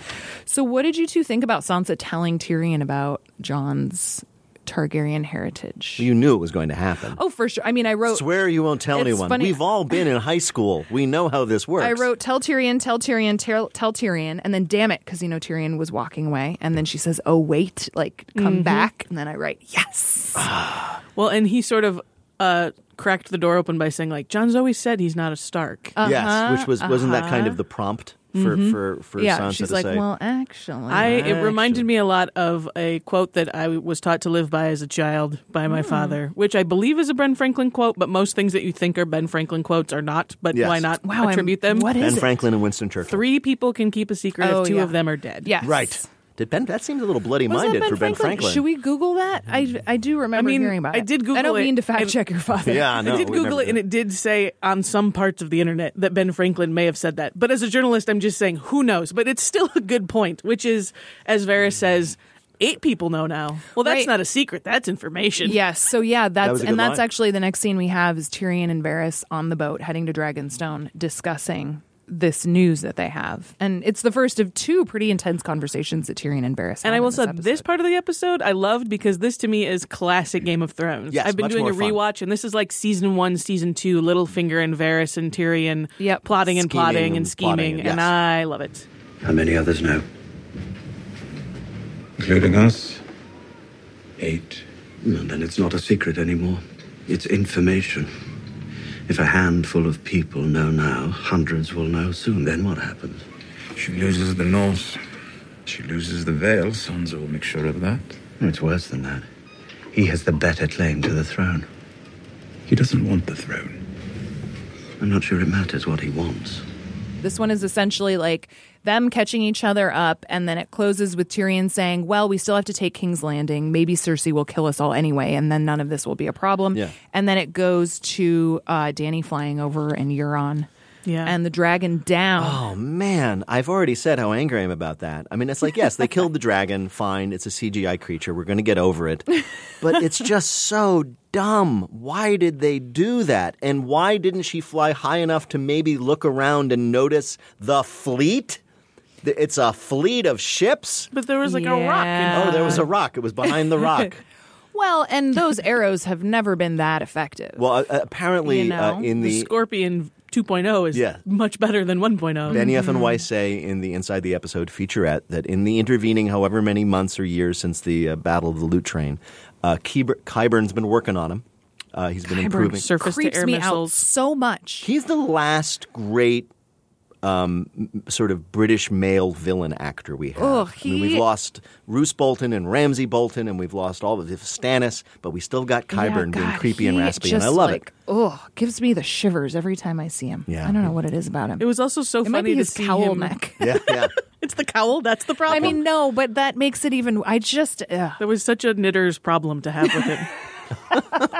Speaker 1: So, what did you two think about Sansa telling Tyrion about John's Targaryen heritage?
Speaker 3: You knew it was going to happen.
Speaker 1: oh, for sure. I mean, I wrote.
Speaker 3: Swear you won't tell
Speaker 1: It's
Speaker 3: anyone.
Speaker 1: funny-
Speaker 3: We've all been in high school. We know how this works.
Speaker 1: I wrote, tell Tyrion, tell Tyrion, tell, tell Tyrion, and then damn it, because you know Tyrion was walking away, and then she says, "Oh wait, like come back," and then I write, "Yes."
Speaker 2: Well, and he sort of uh, cracked the door open by saying, like, John's always said he's not a Stark.
Speaker 1: Oh,
Speaker 3: yes, which was wasn't that kind of the prompt for for for
Speaker 1: Uh-huh, Mm-hmm. yeah,
Speaker 3: Sansa
Speaker 1: she's
Speaker 3: to
Speaker 1: like,
Speaker 3: say?
Speaker 1: "Well, actually,
Speaker 2: I it reminded me a lot of a quote that I was taught to live by as a child by my
Speaker 1: Hmm.
Speaker 2: father, which I believe is a Ben Franklin quote, but most things that you think are Ben Franklin quotes are not. But
Speaker 3: Yes.
Speaker 2: why not
Speaker 1: Wow, I'm-
Speaker 2: attribute them?
Speaker 1: what
Speaker 3: ben
Speaker 1: is it?
Speaker 3: Franklin and Winston Churchill.
Speaker 2: Three people can keep a secret
Speaker 1: Oh,
Speaker 2: if two
Speaker 1: yeah.
Speaker 2: of them are dead.
Speaker 1: yes,
Speaker 3: Right. Did Ben? That seems a little bloody
Speaker 1: Was that
Speaker 3: minded for Ben Franklin.
Speaker 1: Should we Google that? I I do remember
Speaker 2: mean,
Speaker 1: hearing about
Speaker 2: I
Speaker 1: it.
Speaker 2: did
Speaker 1: I
Speaker 2: Google
Speaker 1: don't
Speaker 2: it,
Speaker 1: mean to fact
Speaker 2: and-
Speaker 1: check your father.
Speaker 3: Yeah, no,
Speaker 2: I did
Speaker 3: we
Speaker 2: Google
Speaker 3: never
Speaker 2: it, and
Speaker 3: did.
Speaker 2: it did say on some parts of the internet that Ben Franklin may have said that. But as a journalist, I'm just saying, who knows? But it's still a good point, which is, as
Speaker 3: Hmm.
Speaker 2: Vera says, eight people know now. Well, that's
Speaker 1: Right.
Speaker 2: not a secret. That's information.
Speaker 1: Yes. So yeah, that's
Speaker 3: was a good
Speaker 1: and that's
Speaker 3: line.
Speaker 1: actually the next scene we have is Tyrion and Varys on the boat heading to Dragonstone discussing this news that they have, and it's the first of two pretty intense conversations that Tyrion and Varys. have
Speaker 2: And I
Speaker 1: in
Speaker 2: will
Speaker 1: this
Speaker 2: say
Speaker 1: episode.
Speaker 2: this part of the episode I loved because this to me is classic Game of Thrones.
Speaker 3: Yes,
Speaker 2: I've been
Speaker 3: much
Speaker 2: doing
Speaker 3: more
Speaker 2: a
Speaker 3: fun.
Speaker 2: rewatch, and this is like season one, season two, Littlefinger and Varys and Tyrion
Speaker 1: Yep.
Speaker 2: plotting and
Speaker 3: Scheming
Speaker 2: plotting and
Speaker 3: and
Speaker 2: scheming,
Speaker 3: plotting, yes.
Speaker 2: and I love it.
Speaker 10: How many others know?
Speaker 6: Including us? Eight.
Speaker 10: Well, then it's not a secret anymore. It's information. If a handful of people know now, hundreds will know soon. Then what happens?
Speaker 11: She loses the North. She loses the Vale. Sansa will make sure of that.
Speaker 10: It's worse than that. He has the better claim to the throne.
Speaker 11: He doesn't want the throne.
Speaker 10: I'm not sure it matters what he wants.
Speaker 1: This one is essentially like them catching each other up, and then it closes with Tyrion saying, Well, we still have to take King's Landing. Maybe Cersei will kill us all anyway, and then none of this will be a problem.
Speaker 3: Yeah.
Speaker 1: And then it goes to uh, Danny flying over and Euron.
Speaker 2: Yeah.
Speaker 1: And the dragon down.
Speaker 3: Oh man, I've already said how angry I am about that. I mean, it's like yes, they
Speaker 1: <laughs>
Speaker 3: killed the dragon. Fine, it's a CGI creature. We're going to get over it. But it's just so dumb. Why did they do that? And why didn't she fly high enough to maybe look around and notice the fleet? Th- It's a fleet of ships.
Speaker 2: But there was like a rock.
Speaker 1: Yeah.
Speaker 3: Oh, there was a rock. It was behind the
Speaker 1: <laughs>
Speaker 3: rock.
Speaker 1: Well, and those arrows have never been that effective.
Speaker 3: Well, uh, apparently
Speaker 1: You
Speaker 3: uh,
Speaker 1: know,
Speaker 3: in
Speaker 2: the
Speaker 3: the
Speaker 2: Scorpion 2.0 is
Speaker 3: Yeah.
Speaker 2: much better than oh. 1.0.
Speaker 3: Benioff
Speaker 1: Mm-hmm.
Speaker 3: and Weiss say in the Inside the Episode featurette that in the intervening however many months or years since the uh, Battle of the Loot Train, uh, Kyber- Kyburn's been working on him. Uh, he's been improving.
Speaker 2: surface to
Speaker 1: creeps
Speaker 2: air
Speaker 1: me out
Speaker 2: missiles.
Speaker 1: so much.
Speaker 3: He's the last great um, m- sort of British male villain actor we have.
Speaker 1: Ugh,
Speaker 3: I mean,
Speaker 1: he-
Speaker 3: we've lost Roose Bolton and Ramsey Bolton, and we've lost all of Stannis, but we still got Kyburn
Speaker 1: Yeah,
Speaker 3: being
Speaker 1: God,
Speaker 3: creepy and
Speaker 1: he
Speaker 3: raspy,
Speaker 1: just
Speaker 3: and I love
Speaker 1: like,
Speaker 3: it.
Speaker 1: Oh, gives me the shivers every time I see him.
Speaker 3: Yeah.
Speaker 1: I don't know what it is about him.
Speaker 2: It was also so
Speaker 1: It
Speaker 2: funny
Speaker 1: might be
Speaker 2: to
Speaker 1: his
Speaker 2: see
Speaker 1: cowl <laughs>
Speaker 2: him.
Speaker 1: neck.
Speaker 3: Yeah, yeah.
Speaker 2: <laughs> It's the cowl. That's the problem.
Speaker 1: I mean, no, but that makes it even. I just. Ugh.
Speaker 2: That was such a knitter's problem to have
Speaker 3: <laughs>
Speaker 2: with him.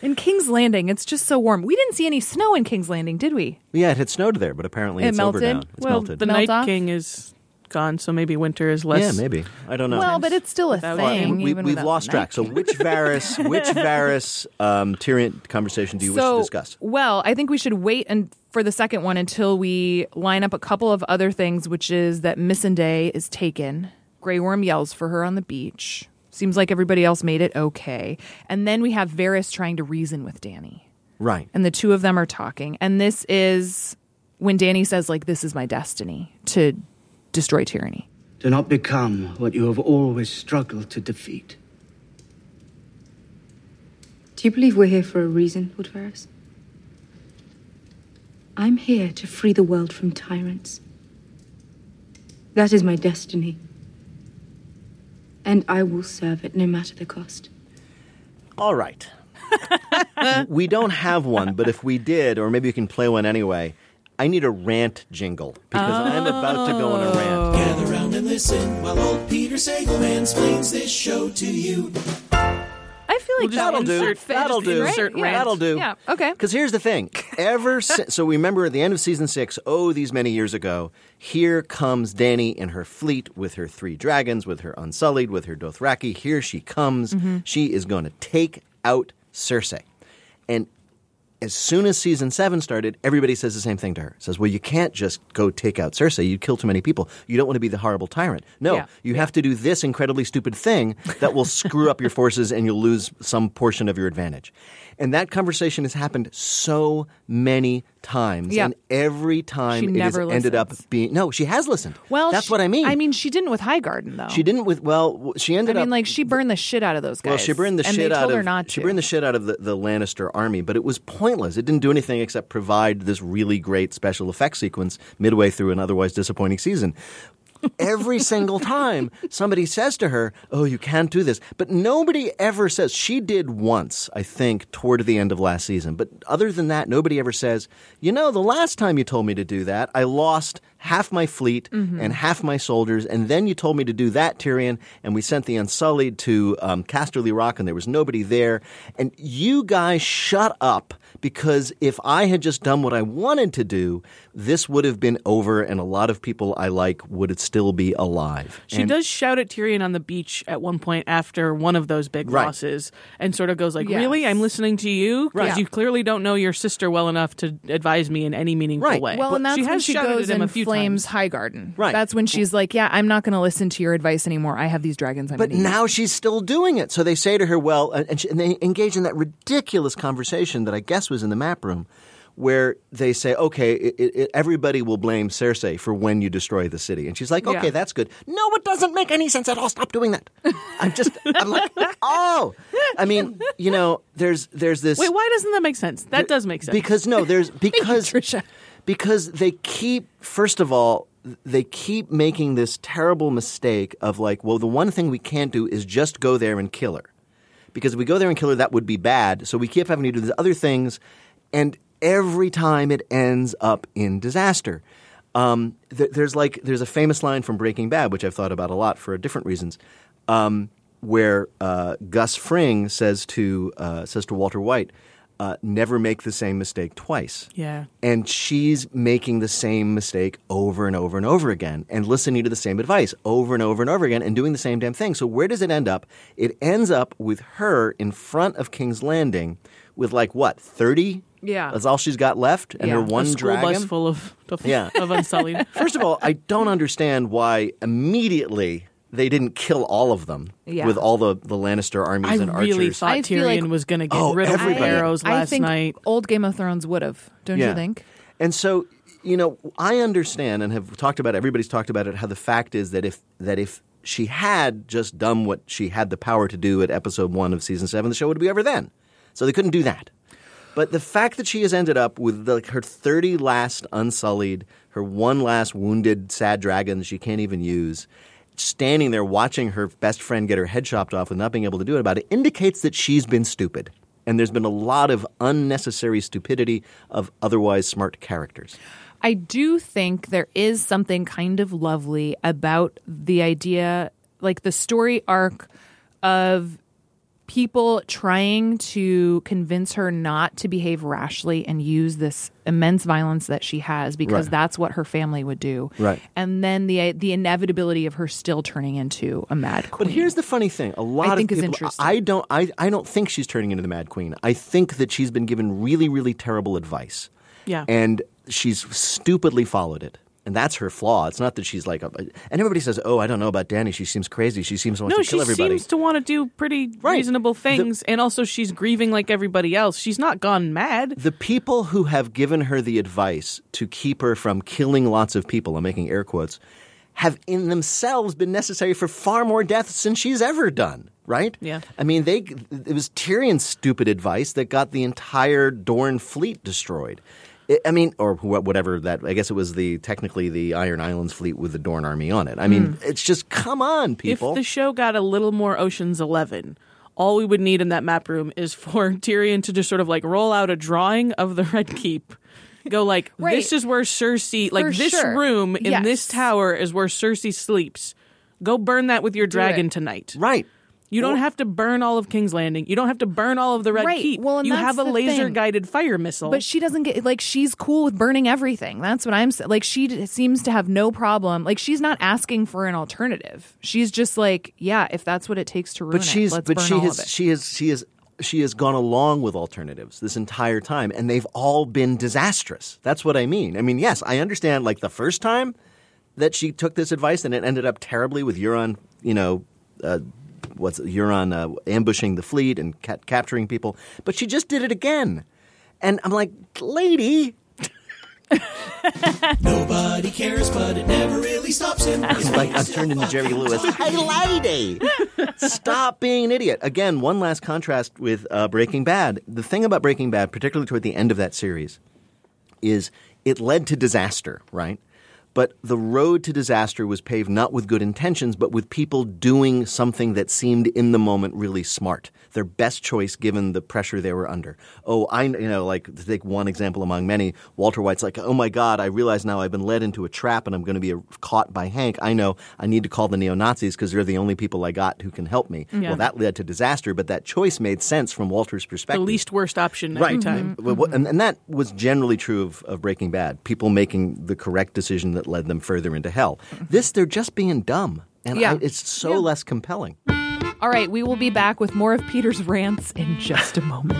Speaker 1: In King's Landing, it's just so warm. We didn't see any snow in King's Landing, did we?
Speaker 3: Yeah, it had snowed there, but apparently
Speaker 1: It
Speaker 3: it's over
Speaker 1: melted?
Speaker 3: now. It's
Speaker 1: Well,
Speaker 3: melted.
Speaker 2: the
Speaker 1: Melt
Speaker 2: Night
Speaker 1: off?
Speaker 2: King is gone, so maybe winter is less.
Speaker 3: yeah, maybe. I don't know.
Speaker 1: Well, but it's still a
Speaker 2: Without-
Speaker 1: thing.
Speaker 3: we,
Speaker 1: even
Speaker 3: we've
Speaker 1: without
Speaker 3: lost
Speaker 1: Nike.
Speaker 3: track. So which Varys,
Speaker 1: <laughs>
Speaker 3: which Varys um, Tyrion conversation do you wish to discuss?
Speaker 1: Well, I think we should wait and for the second one until we line up a couple of other things, which is that Missandei is taken. Grey Worm yells for her on the beach. Seems like everybody else made it okay. And then we have Varys trying to reason with Danny.
Speaker 3: Right.
Speaker 1: And the two of them are talking. And this is when Danny says, like, this is my destiny to destroy tyranny.
Speaker 12: Do not become what you have always struggled to defeat.
Speaker 9: Do you believe we're here for a reason, Lord Varys? I'm here to free the world from tyrants. That is my destiny. And I will serve it no matter the cost.
Speaker 3: All
Speaker 1: <laughs>
Speaker 3: right. we don't have one, but if we did, or maybe you can play one anyway. I need a rant jingle because I'm about to go on a rant.
Speaker 8: Gather round and listen while old Peter Sagal mansplains this show to you.
Speaker 1: I feel like
Speaker 3: That'll
Speaker 1: that
Speaker 3: do.
Speaker 1: would fit,
Speaker 3: That'll
Speaker 1: just
Speaker 3: do.
Speaker 1: Right? Yeah.
Speaker 3: That'll do.
Speaker 1: Yeah. Okay.
Speaker 3: Because here's the thing. Ever since, so remember at the end of season six, oh, these many years ago, here comes Danny in her fleet with her three dragons, with her Unsullied, with her Dothraki. Here she comes. She is going to take out Cersei. And as soon as season seven started, everybody says the same thing to her. Says, well, you can't just go take out Cersei. You kill too many people. You don't want to be the horrible tyrant. No,
Speaker 1: Yeah.
Speaker 3: you have to do this incredibly stupid thing that will screw up your forces and you'll lose some portion of your advantage. And that conversation has happened so many times.
Speaker 1: Yeah.
Speaker 3: And every time
Speaker 1: She
Speaker 3: it has
Speaker 1: never
Speaker 3: ended up being. No, she has listened.
Speaker 1: Well,
Speaker 3: that's
Speaker 1: she-
Speaker 3: what I mean.
Speaker 1: I mean, she didn't with Highgarden though.
Speaker 3: she didn't with, well, she
Speaker 1: I
Speaker 3: ended
Speaker 1: mean,
Speaker 3: up.
Speaker 1: like she burned the shit out of those guys.
Speaker 3: Well, she burned the
Speaker 1: and
Speaker 3: shit
Speaker 1: they
Speaker 3: out
Speaker 1: told
Speaker 3: of
Speaker 1: her not
Speaker 3: she
Speaker 1: to.
Speaker 3: burned the shit out of the, the Lannister army, but it was pointless. It didn't do anything except provide this really great special effects sequence midway through an otherwise disappointing season.
Speaker 1: <laughs>
Speaker 3: Every single time somebody says to her, "Oh, you can't do this," but nobody ever says. She did once, I think, toward the end of last season. But other than that, nobody ever says, "You know, the last time you told me to do that, I lost half my fleet
Speaker 1: Mm-hmm.
Speaker 3: and half my soldiers, and then you told me to do that, Tyrion, and we sent the Unsullied to um, Casterly Rock, and there was nobody there. And you guys shut up because if I had just done what I wanted to do, this would have been over, and a lot of people I like would still be alive.
Speaker 2: She
Speaker 3: And-
Speaker 2: does shout at Tyrion on the beach at one point after one of those big
Speaker 3: Right.
Speaker 2: losses, and sort of goes like,
Speaker 1: Yes.
Speaker 2: "Really, I'm listening to you because
Speaker 1: Right.
Speaker 2: you clearly don't know your sister well enough to advise me in any meaningful
Speaker 3: Right.
Speaker 2: way."
Speaker 1: well, and that's
Speaker 2: she
Speaker 1: when
Speaker 2: has
Speaker 1: she
Speaker 2: shouted
Speaker 1: goes
Speaker 2: at him a
Speaker 1: and
Speaker 2: few
Speaker 1: flames
Speaker 2: times.
Speaker 1: Highgarden.
Speaker 3: Right.
Speaker 1: That's when she's like, "Yeah, I'm not going to listen to your advice anymore. I have these dragons. I'm
Speaker 3: But
Speaker 1: gonna
Speaker 3: now
Speaker 1: use."
Speaker 3: she's still doing it. So they say to her, well, uh, and, and she, and they engage in that ridiculous conversation that I guess was in the map room, where they say, okay, it, it, it- everybody will blame Cersei for when you destroy the city. And she's like, okay,
Speaker 1: Yeah.
Speaker 3: that's good. No, it doesn't make any sense at all. Stop doing that. I'm just, I'm like, oh. I mean, you know, there's there's this.
Speaker 2: Wait, why doesn't that make sense? That does make sense
Speaker 3: Because no,
Speaker 2: <laughs>
Speaker 3: there's because
Speaker 1: Trisha.
Speaker 3: because they keep first of all they keep making this terrible mistake of like, well, the one thing we can't do is just go there and kill her. Because if we go there and kill her, that would be bad. So we keep having to do these other things, and every time it ends up in disaster. Um, th- there's like there's a famous line from Breaking Bad, which I've thought about a lot for different reasons, um, where uh, Gus Fring says to uh, says to Walter White, uh, "Never make the same mistake twice."
Speaker 2: Yeah.
Speaker 3: And she's making the same mistake over and over and over again and listening to the same advice over and over and over again and doing the same damn thing. So, where does it end up? It ends up with her in front of King's Landing with like what, 30?
Speaker 1: Yeah.
Speaker 3: That's all she's got left and
Speaker 1: Yeah.
Speaker 3: her
Speaker 1: A
Speaker 3: one
Speaker 2: a school
Speaker 3: dragon.
Speaker 2: bus full of of,
Speaker 3: Yeah.
Speaker 2: <laughs>
Speaker 1: <laughs>
Speaker 2: of Unsullied.
Speaker 3: First of all, I don't understand why immediately they didn't kill all of them
Speaker 1: Yeah.
Speaker 3: with all the, the Lannister armies
Speaker 2: I
Speaker 3: and archers.
Speaker 2: really thought
Speaker 1: I
Speaker 2: Tyrion
Speaker 1: feel like-
Speaker 2: was going to get
Speaker 3: Oh,
Speaker 2: rid of the
Speaker 3: everybody.
Speaker 2: arrows
Speaker 1: I
Speaker 2: last
Speaker 1: think
Speaker 2: night.
Speaker 1: old Game of Thrones would have, don't you think?
Speaker 3: And so, you know, I understand and have talked about everybody's talked about it how the fact is that if that if she had just done what she had the power to do at episode 1 of season 7 the show would be over then. So they couldn't do that. But the fact that she has ended up with like her 30 last unsullied, her one last wounded sad dragon that she can't even use standing there watching her best friend get her head chopped off and not being able to do it about it indicates that she's been stupid. And there's been a lot of unnecessary stupidity of otherwise smart characters.
Speaker 1: I do think there is something kind of lovely about the idea, like the story arc of people trying to convince her not to behave rashly and use this immense violence that she has because
Speaker 3: Right.
Speaker 1: that's what her family would do.
Speaker 3: Right.
Speaker 1: And then the the inevitability of her still turning into a mad queen.
Speaker 3: But here's the funny thing: a lot
Speaker 1: think
Speaker 3: of
Speaker 1: is
Speaker 3: people,
Speaker 1: interesting.
Speaker 3: I don't, I, I don't think she's turning into the Mad Queen. I think that she's been given really, really terrible advice.
Speaker 2: Yeah.
Speaker 3: and she's stupidly followed it. And that's her flaw. It's not that she's like, a, and everybody says, "Oh, I don't know about Danny. She seems crazy. She seems to want
Speaker 2: no,
Speaker 3: to kill
Speaker 2: she
Speaker 3: everybody."
Speaker 2: seems to want to do pretty reasonable things, and also she's grieving like everybody else. She's not gone mad.
Speaker 3: the people who have given her the advice to keep her from killing lots of people, I'm making air quotes, have in themselves been necessary for far more deaths than she's ever done, right?
Speaker 2: Yeah.
Speaker 3: I mean, they it was Tyrion's stupid advice that got the entire Dorne fleet destroyed. I- I mean, or wh- whatever that. I guess it was the technically the Iron Islands fleet with the Dorne army on it. I mean, it's just come on, people.
Speaker 2: Hmm. If the show got a little more Ocean's Eleven, all we would need in that map room is for <laughs> Tyrion to just sort of like roll out a drawing of the <laughs> Red Keep. Go like
Speaker 1: Right.
Speaker 2: this is where Cersei, like
Speaker 1: For
Speaker 2: this
Speaker 1: sure.
Speaker 2: room in
Speaker 1: Yes.
Speaker 2: this tower is where Cersei sleeps. Go burn that with your dragon
Speaker 1: it.
Speaker 2: tonight.
Speaker 3: Right.
Speaker 2: You don't have to burn all of King's Landing. You don't have to burn all of the Red
Speaker 1: Right.
Speaker 2: Keep.
Speaker 1: Well, and
Speaker 2: you
Speaker 1: that's
Speaker 2: have a
Speaker 1: the
Speaker 2: laser
Speaker 1: thing.
Speaker 2: guided fire missile.
Speaker 1: But she doesn't get like she's cool with burning everything. That's what I'm s- like. She d- seems to have no problem. Like she's not asking for an alternative. She's just like, yeah, if that's what it takes to ruin
Speaker 3: but she's
Speaker 1: it, let's
Speaker 3: but
Speaker 1: burn
Speaker 3: she
Speaker 1: all
Speaker 3: has
Speaker 1: of it.
Speaker 3: she has she has she has gone along with alternatives this entire time and they've all been disastrous that's what i mean i mean yes i understand like the first time that she took this advice and it ended up terribly with euron you know uh, what's euron uh, ambushing the fleet and ca- capturing people but she just did it again and i'm like lady
Speaker 8: Nobody cares, but it never really stops him.
Speaker 3: He's like, I've turned into Jerry Lewis. Hey, lady, stop being an idiot. Again, one last contrast with uh, Breaking Bad. The thing about Breaking Bad, particularly toward the end of that series, is it led to disaster, right? But the road to disaster was paved not with good intentions, but with people doing something that seemed in the moment really smart, their best choice given the pressure they were under. Oh, I, you know, like to take one example among many, Walter White's like, oh my God, I realize now I've been led into a trap and I'm going to be uh, caught by Hank. I know I need to call the neo Nazis because they're the only people I got who can help me.
Speaker 2: Yeah.
Speaker 3: Well, that led to disaster, but that choice made sense from Walter's
Speaker 2: the
Speaker 3: perspective.
Speaker 2: least worst option every
Speaker 3: Right.
Speaker 2: time.
Speaker 3: Well, well, And, and that was generally true of, of Breaking Bad. People making the correct decision that led them further into hell. This, they're just being dumb. And
Speaker 1: Yeah.
Speaker 3: I, it's so
Speaker 1: Yeah.
Speaker 3: less compelling.
Speaker 1: All right, we will be back with more of Peter's rants in just a moment.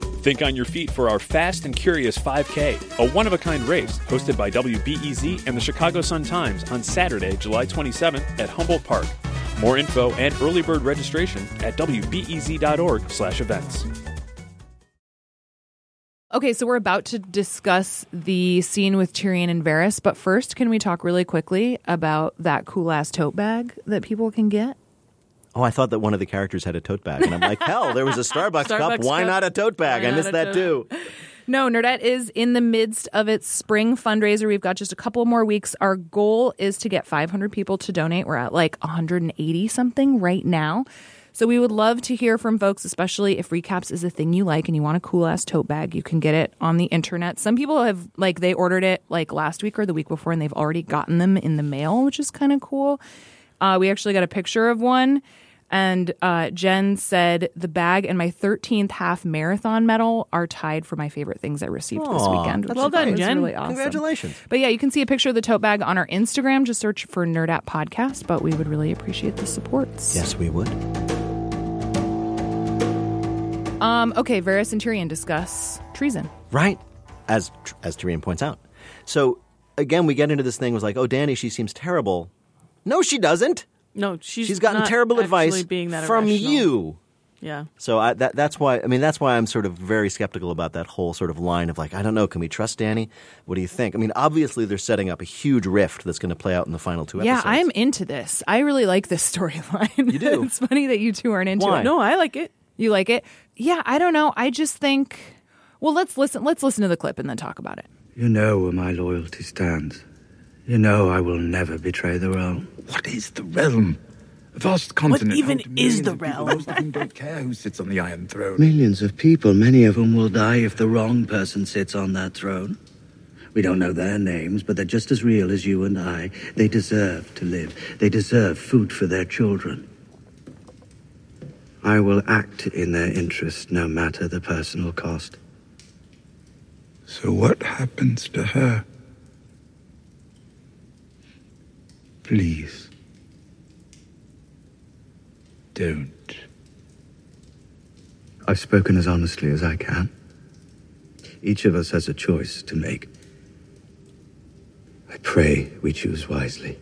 Speaker 13: Think on your feet for our Fast and Curious 5K, a one of a kind race hosted by WBEZ and the Chicago Sun Times on Saturday, July 27th at Humboldt Park. More info and early bird registration at E wbez.org/events.
Speaker 1: Okay, so we're about to discuss the scene with Tyrion and Varys, but first, can we talk really quickly about that cool ass tote bag that people can get?
Speaker 3: Oh, I thought that one of the characters had a tote bag. And I'm like, hell, there was a Starbucks, cup.
Speaker 1: Starbucks
Speaker 3: Why
Speaker 1: cup.
Speaker 3: not a tote bag?
Speaker 1: Why
Speaker 3: I
Speaker 1: not
Speaker 3: missed
Speaker 1: a
Speaker 3: that
Speaker 1: tote-
Speaker 3: too.
Speaker 1: No, Nerdette is in the midst of its spring fundraiser. We've got just a couple more weeks. Our goal is to get 500 people to donate. We're at like 180 something right now. So we would love to hear from folks, especially if recaps is a thing you like and you want a cool ass tote bag. You can get it on the internet. Some people have like they ordered it like last week or the week before and they've already gotten them in the mail, which is kind of cool. Uh, we actually got a picture of one. And uh, Jen said, the bag and my 13th half marathon medal are tied for my favorite things I received this
Speaker 3: Aw,
Speaker 1: weekend.
Speaker 3: that's
Speaker 1: which
Speaker 3: Well
Speaker 1: I thought
Speaker 3: done,
Speaker 1: was
Speaker 3: Jen.
Speaker 1: really awesome.
Speaker 3: Congratulations.
Speaker 1: But yeah, you can see a picture of the tote bag on our Instagram. Just search for Nerd App Podcast, but we would really appreciate the supports.
Speaker 3: Yes, we would.
Speaker 1: Um, okay, Varys and Tyrion discuss treason.
Speaker 3: Right. As as Tyrion points out. So again, we get into this thing was like, oh, Danny, she seems terrible. No, she doesn't.
Speaker 2: No, she's
Speaker 3: She's gotten
Speaker 2: not
Speaker 3: terrible
Speaker 2: actually
Speaker 3: advice
Speaker 2: being that
Speaker 3: from
Speaker 2: irrational.
Speaker 3: you.
Speaker 2: Yeah.
Speaker 3: So I, that, that's why I mean that's why I'm sort of very skeptical about that whole sort of line of like I don't know can we trust Danny? What do you think? I mean obviously they're setting up a huge rift that's going to play out in the final two
Speaker 1: Yeah,
Speaker 3: episodes.
Speaker 1: I'm into this. I really like this <laughs> storyline. You
Speaker 3: do?
Speaker 1: <laughs> it's funny that you two aren't into
Speaker 3: Why?
Speaker 1: it.
Speaker 3: No,
Speaker 2: I like it.
Speaker 1: You like it? Yeah, I don't know. I just think. Well, let's listen. Let's listen to the clip and then talk about it.
Speaker 10: You know where my loyalty stands. You know I will never betray the realm.
Speaker 11: What is the realm? A vast continent.
Speaker 2: even
Speaker 11: home to millions
Speaker 2: is the
Speaker 11: of people.
Speaker 2: realm?
Speaker 11: Most of them don't care who sits on the Iron Throne.
Speaker 10: Millions of people, many of whom will die if the wrong person sits on that throne. We don't know their names, but they're just as real as you and I. They deserve to live. They deserve food for their children. I will act in their interest, no matter the personal cost.
Speaker 11: So what happens to her? Please. Don't.
Speaker 10: I've spoken as honestly as I can. Each of us has a choice to make. I pray we choose wisely.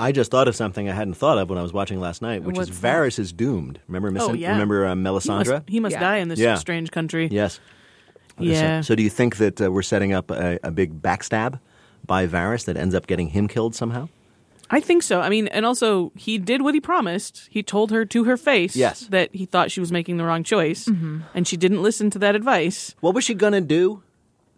Speaker 3: I just thought of something I hadn't thought of when I was watching last night, which
Speaker 2: What's
Speaker 3: is
Speaker 2: that?
Speaker 3: Varys is doomed. Remember, Miss
Speaker 2: Oh, yeah.
Speaker 3: remember uh,
Speaker 2: He must-
Speaker 3: Melisandre?
Speaker 2: he must Yeah. die in this strange country.
Speaker 3: Yes.
Speaker 2: Yeah.
Speaker 3: So, do you think that uh, we're setting up a, a big backstab by Varys that ends up getting him killed somehow?
Speaker 2: I think so. I mean, and also he did what he promised. He told her to her face
Speaker 3: Yes.
Speaker 2: that he thought she was making the wrong choice, and she didn't listen to that advice.
Speaker 3: What was she gonna do?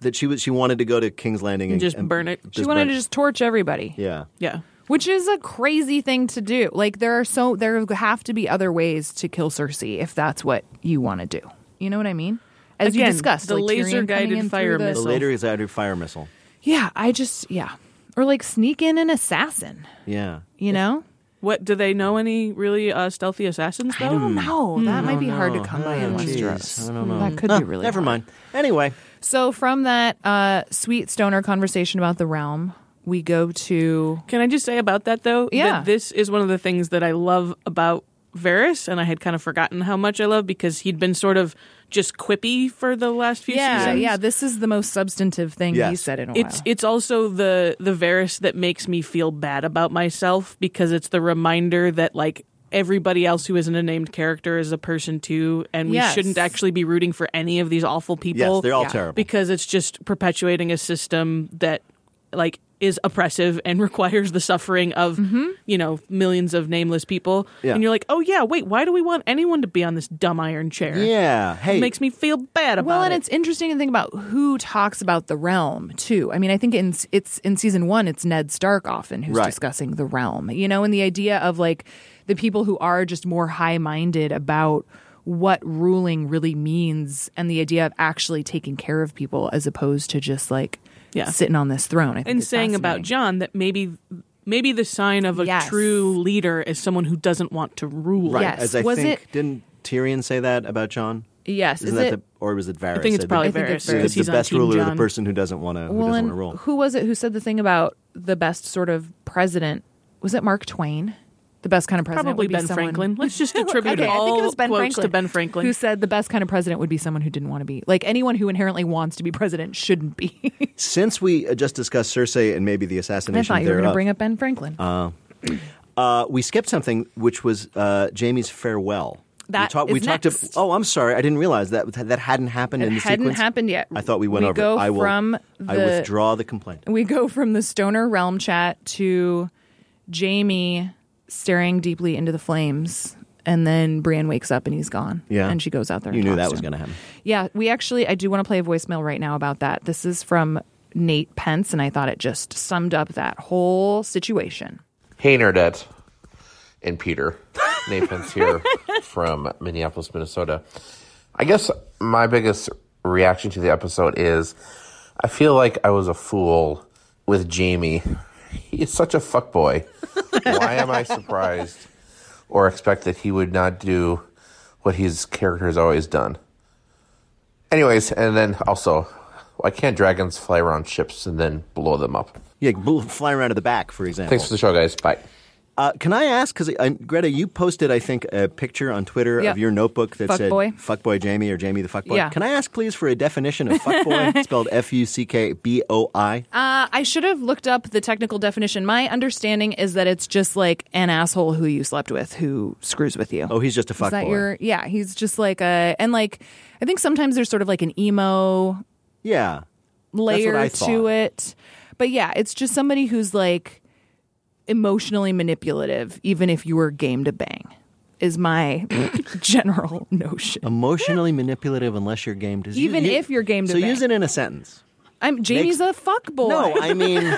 Speaker 3: That she was she wanted to go to King's Landing and,
Speaker 2: Just
Speaker 3: and
Speaker 2: burn it.
Speaker 1: She wanted
Speaker 3: burn
Speaker 1: to
Speaker 3: it.
Speaker 1: just torch everybody.
Speaker 3: yeah.
Speaker 2: Yeah.
Speaker 1: Which is a crazy thing to do. Like there are so there have to be other ways to kill Cersei if that's what you want to do. You know what I mean? As you
Speaker 2: Again,
Speaker 1: discussed,
Speaker 2: the
Speaker 1: like Tyrion coming
Speaker 2: laser-guided
Speaker 1: in through
Speaker 2: fire
Speaker 1: the-
Speaker 3: The later is out of fire missile.
Speaker 1: Yeah, I just yeah, or like sneak in an assassin.
Speaker 3: Yeah.
Speaker 1: You know?
Speaker 2: What do they know? Any really uh, stealthy assassins? Though? I don't
Speaker 1: Hmm. know. That might be hard to come by in
Speaker 3: Jeez,
Speaker 1: Westeros.
Speaker 3: I don't know.
Speaker 1: That could
Speaker 3: Huh,
Speaker 1: be really.
Speaker 3: Never
Speaker 1: hard.
Speaker 3: mind. Anyway,
Speaker 1: So from that uh, sweet stoner conversation about the realm, we go to
Speaker 2: Can I just say about that though?
Speaker 1: Yeah.
Speaker 2: That this is one of the things that I love about Varys, and I had kind of forgotten how much I love because he'd been sort of just quippy for the last few
Speaker 1: yeah,
Speaker 2: seasons.
Speaker 1: yeah. This is the most substantive thing he
Speaker 2: Yes.
Speaker 1: said in a while.
Speaker 2: It's it's also the the Varys that makes me feel bad about myself because it's the reminder that like everybody else who isn't a named character is a person too, and we
Speaker 1: Yes.
Speaker 2: shouldn't actually be rooting for any of these awful people.
Speaker 3: Yes, they're all Yeah. terrible.
Speaker 2: because it's just perpetuating a system that like is oppressive and <laughs> requires the suffering of you know millions of nameless people.
Speaker 3: Mm-hmm. Yeah.
Speaker 2: And you're like, oh yeah, wait, why do we want anyone to be on this dumb iron chair?
Speaker 3: yeah. Hey,
Speaker 2: it makes me feel bad about
Speaker 1: well, and
Speaker 2: it.
Speaker 1: it's interesting to think about who talks about the realm too. I mean, I think in it's in season one, it's Ned Stark often who's
Speaker 2: Right.
Speaker 1: discussing the realm, you know, and the idea of like the people who are just more high minded about what ruling really means and the idea of actually taking care of people as opposed to just like
Speaker 2: Yeah.
Speaker 1: sitting on this throne. I think
Speaker 2: and
Speaker 1: it's
Speaker 2: saying about
Speaker 1: fascinating.
Speaker 2: John that maybe maybe the sign of a
Speaker 1: Yes.
Speaker 2: true leader is someone who doesn't want to rule.
Speaker 3: right. As I think, didn't Tyrion say that about John?
Speaker 1: Yes,
Speaker 3: Isn't
Speaker 1: is
Speaker 3: that
Speaker 1: it-
Speaker 3: the, or was it Varys?
Speaker 2: think it's
Speaker 3: said
Speaker 2: probably
Speaker 3: that-
Speaker 2: I think it's Varys,
Speaker 3: that
Speaker 2: 'cause
Speaker 3: The
Speaker 2: he's on
Speaker 3: best
Speaker 2: Team
Speaker 3: ruler, is the
Speaker 2: John.
Speaker 3: person who doesn't want to who
Speaker 1: well,
Speaker 3: doesn't want
Speaker 1: and
Speaker 3: to rule.
Speaker 1: who was it who said the thing about the best sort of president? Was it Mark Twain? The best kind of president
Speaker 2: Probably
Speaker 1: would be
Speaker 2: Ben
Speaker 1: someone- <laughs>
Speaker 2: Franklin. Let's just attribute
Speaker 1: okay, I
Speaker 2: all
Speaker 1: think it was ben
Speaker 2: quotes
Speaker 1: Franklin,
Speaker 2: to Ben Franklin.
Speaker 1: who said the best kind of president would be someone who didn't want to be like anyone who inherently wants to be president shouldn't be. <laughs>
Speaker 3: Since we uh, just discussed Cersei and maybe the assassination
Speaker 1: I thought you were going to
Speaker 3: thereof,
Speaker 1: bring up Ben Franklin.
Speaker 3: Uh, uh, we skipped something, which was uh, Jamie's farewell. we
Speaker 1: That
Speaker 3: talked. we
Speaker 1: is
Speaker 3: talked.
Speaker 1: next.
Speaker 3: oh, I'm sorry. I didn't realize that that hadn't happened in the
Speaker 1: hadn't
Speaker 3: sequence.
Speaker 1: happened yet.
Speaker 3: I thought we went
Speaker 1: We
Speaker 3: over.
Speaker 1: go
Speaker 3: it. I will.
Speaker 1: from
Speaker 3: I
Speaker 1: the-
Speaker 3: withdraw the complaint.
Speaker 1: We go from the stoner realm chat to Jamie staring deeply into the flames, and then Brienne wakes up and he's gone.
Speaker 3: Yeah.
Speaker 1: and she goes out there.
Speaker 3: You
Speaker 1: and
Speaker 3: knew
Speaker 1: talks
Speaker 3: that
Speaker 1: to
Speaker 3: was
Speaker 1: him.
Speaker 3: going to happen.
Speaker 1: Yeah, we actually, I do want to play a voicemail right now about that. This is from Nate Pence, and I thought it just summed up that whole situation.
Speaker 14: Hey, Nerdette and Peter. Nathan's here from Minneapolis, Minnesota. I guess my biggest reaction to the episode is I feel like I was a fool with Jamie. He is such a fuckboy. Why am I surprised or expect that he would not do what his character has always done? Anyways, and then also, why can't dragons fly around ships and then blow them up?
Speaker 3: Yeah, <laughs> bull- fly around to the back, for example.
Speaker 14: Thanks for the show, guys. Bye.
Speaker 3: Uh, can I ask? Because uh, Greta, you posted, I think, a picture on Twitter
Speaker 1: Yep.
Speaker 3: of your notebook that said
Speaker 1: Fuckboy.
Speaker 3: "fuckboy Jamie" or "Jamie the fuckboy."
Speaker 1: Yeah.
Speaker 3: Can I ask, please, for a definition of
Speaker 1: <laughs>
Speaker 3: fuckboy spelled F U C K B O I?
Speaker 1: Uh, I should have looked up the technical definition. My understanding is that it's just like an asshole who you slept with who screws with you.
Speaker 3: Oh, he's just a
Speaker 1: Is that
Speaker 3: fuckboy.
Speaker 1: your? Yeah, he's just like a and like I think sometimes there's sort of like an emo
Speaker 3: Yeah.
Speaker 1: layer
Speaker 3: That's what I
Speaker 1: to
Speaker 3: thought.
Speaker 1: it, but yeah, it's just somebody who's like emotionally manipulative, even if you were game to bang. Is my <laughs> general notion.
Speaker 3: Oh, Emotionally manipulative, unless you're game to
Speaker 1: Even if you're game to
Speaker 3: So
Speaker 1: bang.
Speaker 3: use it in a sentence.
Speaker 1: I'm Jamie's a fuck boy.
Speaker 3: No, I
Speaker 1: <laughs>
Speaker 3: mean,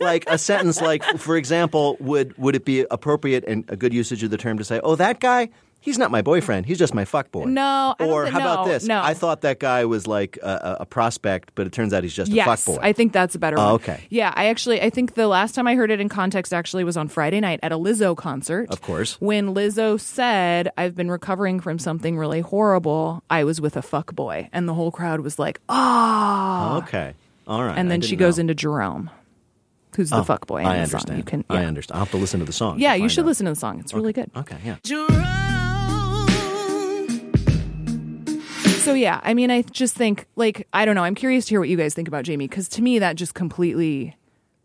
Speaker 3: like a sentence like, for example, would would it be appropriate and a good usage of the term to say, "Oh, that guy." He's not my boyfriend. He's just my fuck boy.
Speaker 1: No, I don't
Speaker 3: or
Speaker 1: thi-
Speaker 3: how about
Speaker 1: no,
Speaker 3: this?
Speaker 1: no.
Speaker 3: I thought that guy was like a, a a prospect, but it turns out he's just
Speaker 1: yes,
Speaker 3: a fuck boy.
Speaker 1: I think that's a better
Speaker 3: Oh,
Speaker 1: one.
Speaker 3: okay.
Speaker 1: Yeah, I actually I think the last time I heard it in context actually was on Friday night at a Lizzo concert.
Speaker 3: Of course.
Speaker 1: When Lizzo said, I've been recovering from something really horrible, I was with a fuck boy. And the whole crowd was like, Ah
Speaker 3: Okay. All right.
Speaker 1: And
Speaker 3: I
Speaker 1: then
Speaker 3: didn't
Speaker 1: she goes
Speaker 3: know.
Speaker 1: into Jerome, who's the
Speaker 3: Oh,
Speaker 1: fuck boy in
Speaker 3: I
Speaker 1: the
Speaker 3: understand.
Speaker 1: song. You can
Speaker 3: I understand. I'll have to listen to the song.
Speaker 1: Yeah,
Speaker 3: to
Speaker 1: you
Speaker 3: find
Speaker 1: should
Speaker 3: out.
Speaker 1: listen to the song. It's really good.
Speaker 3: Okay, yeah.
Speaker 1: So yeah, I mean, I just think like I don't know. I'm curious to hear what you guys think about Jamie because to me that just completely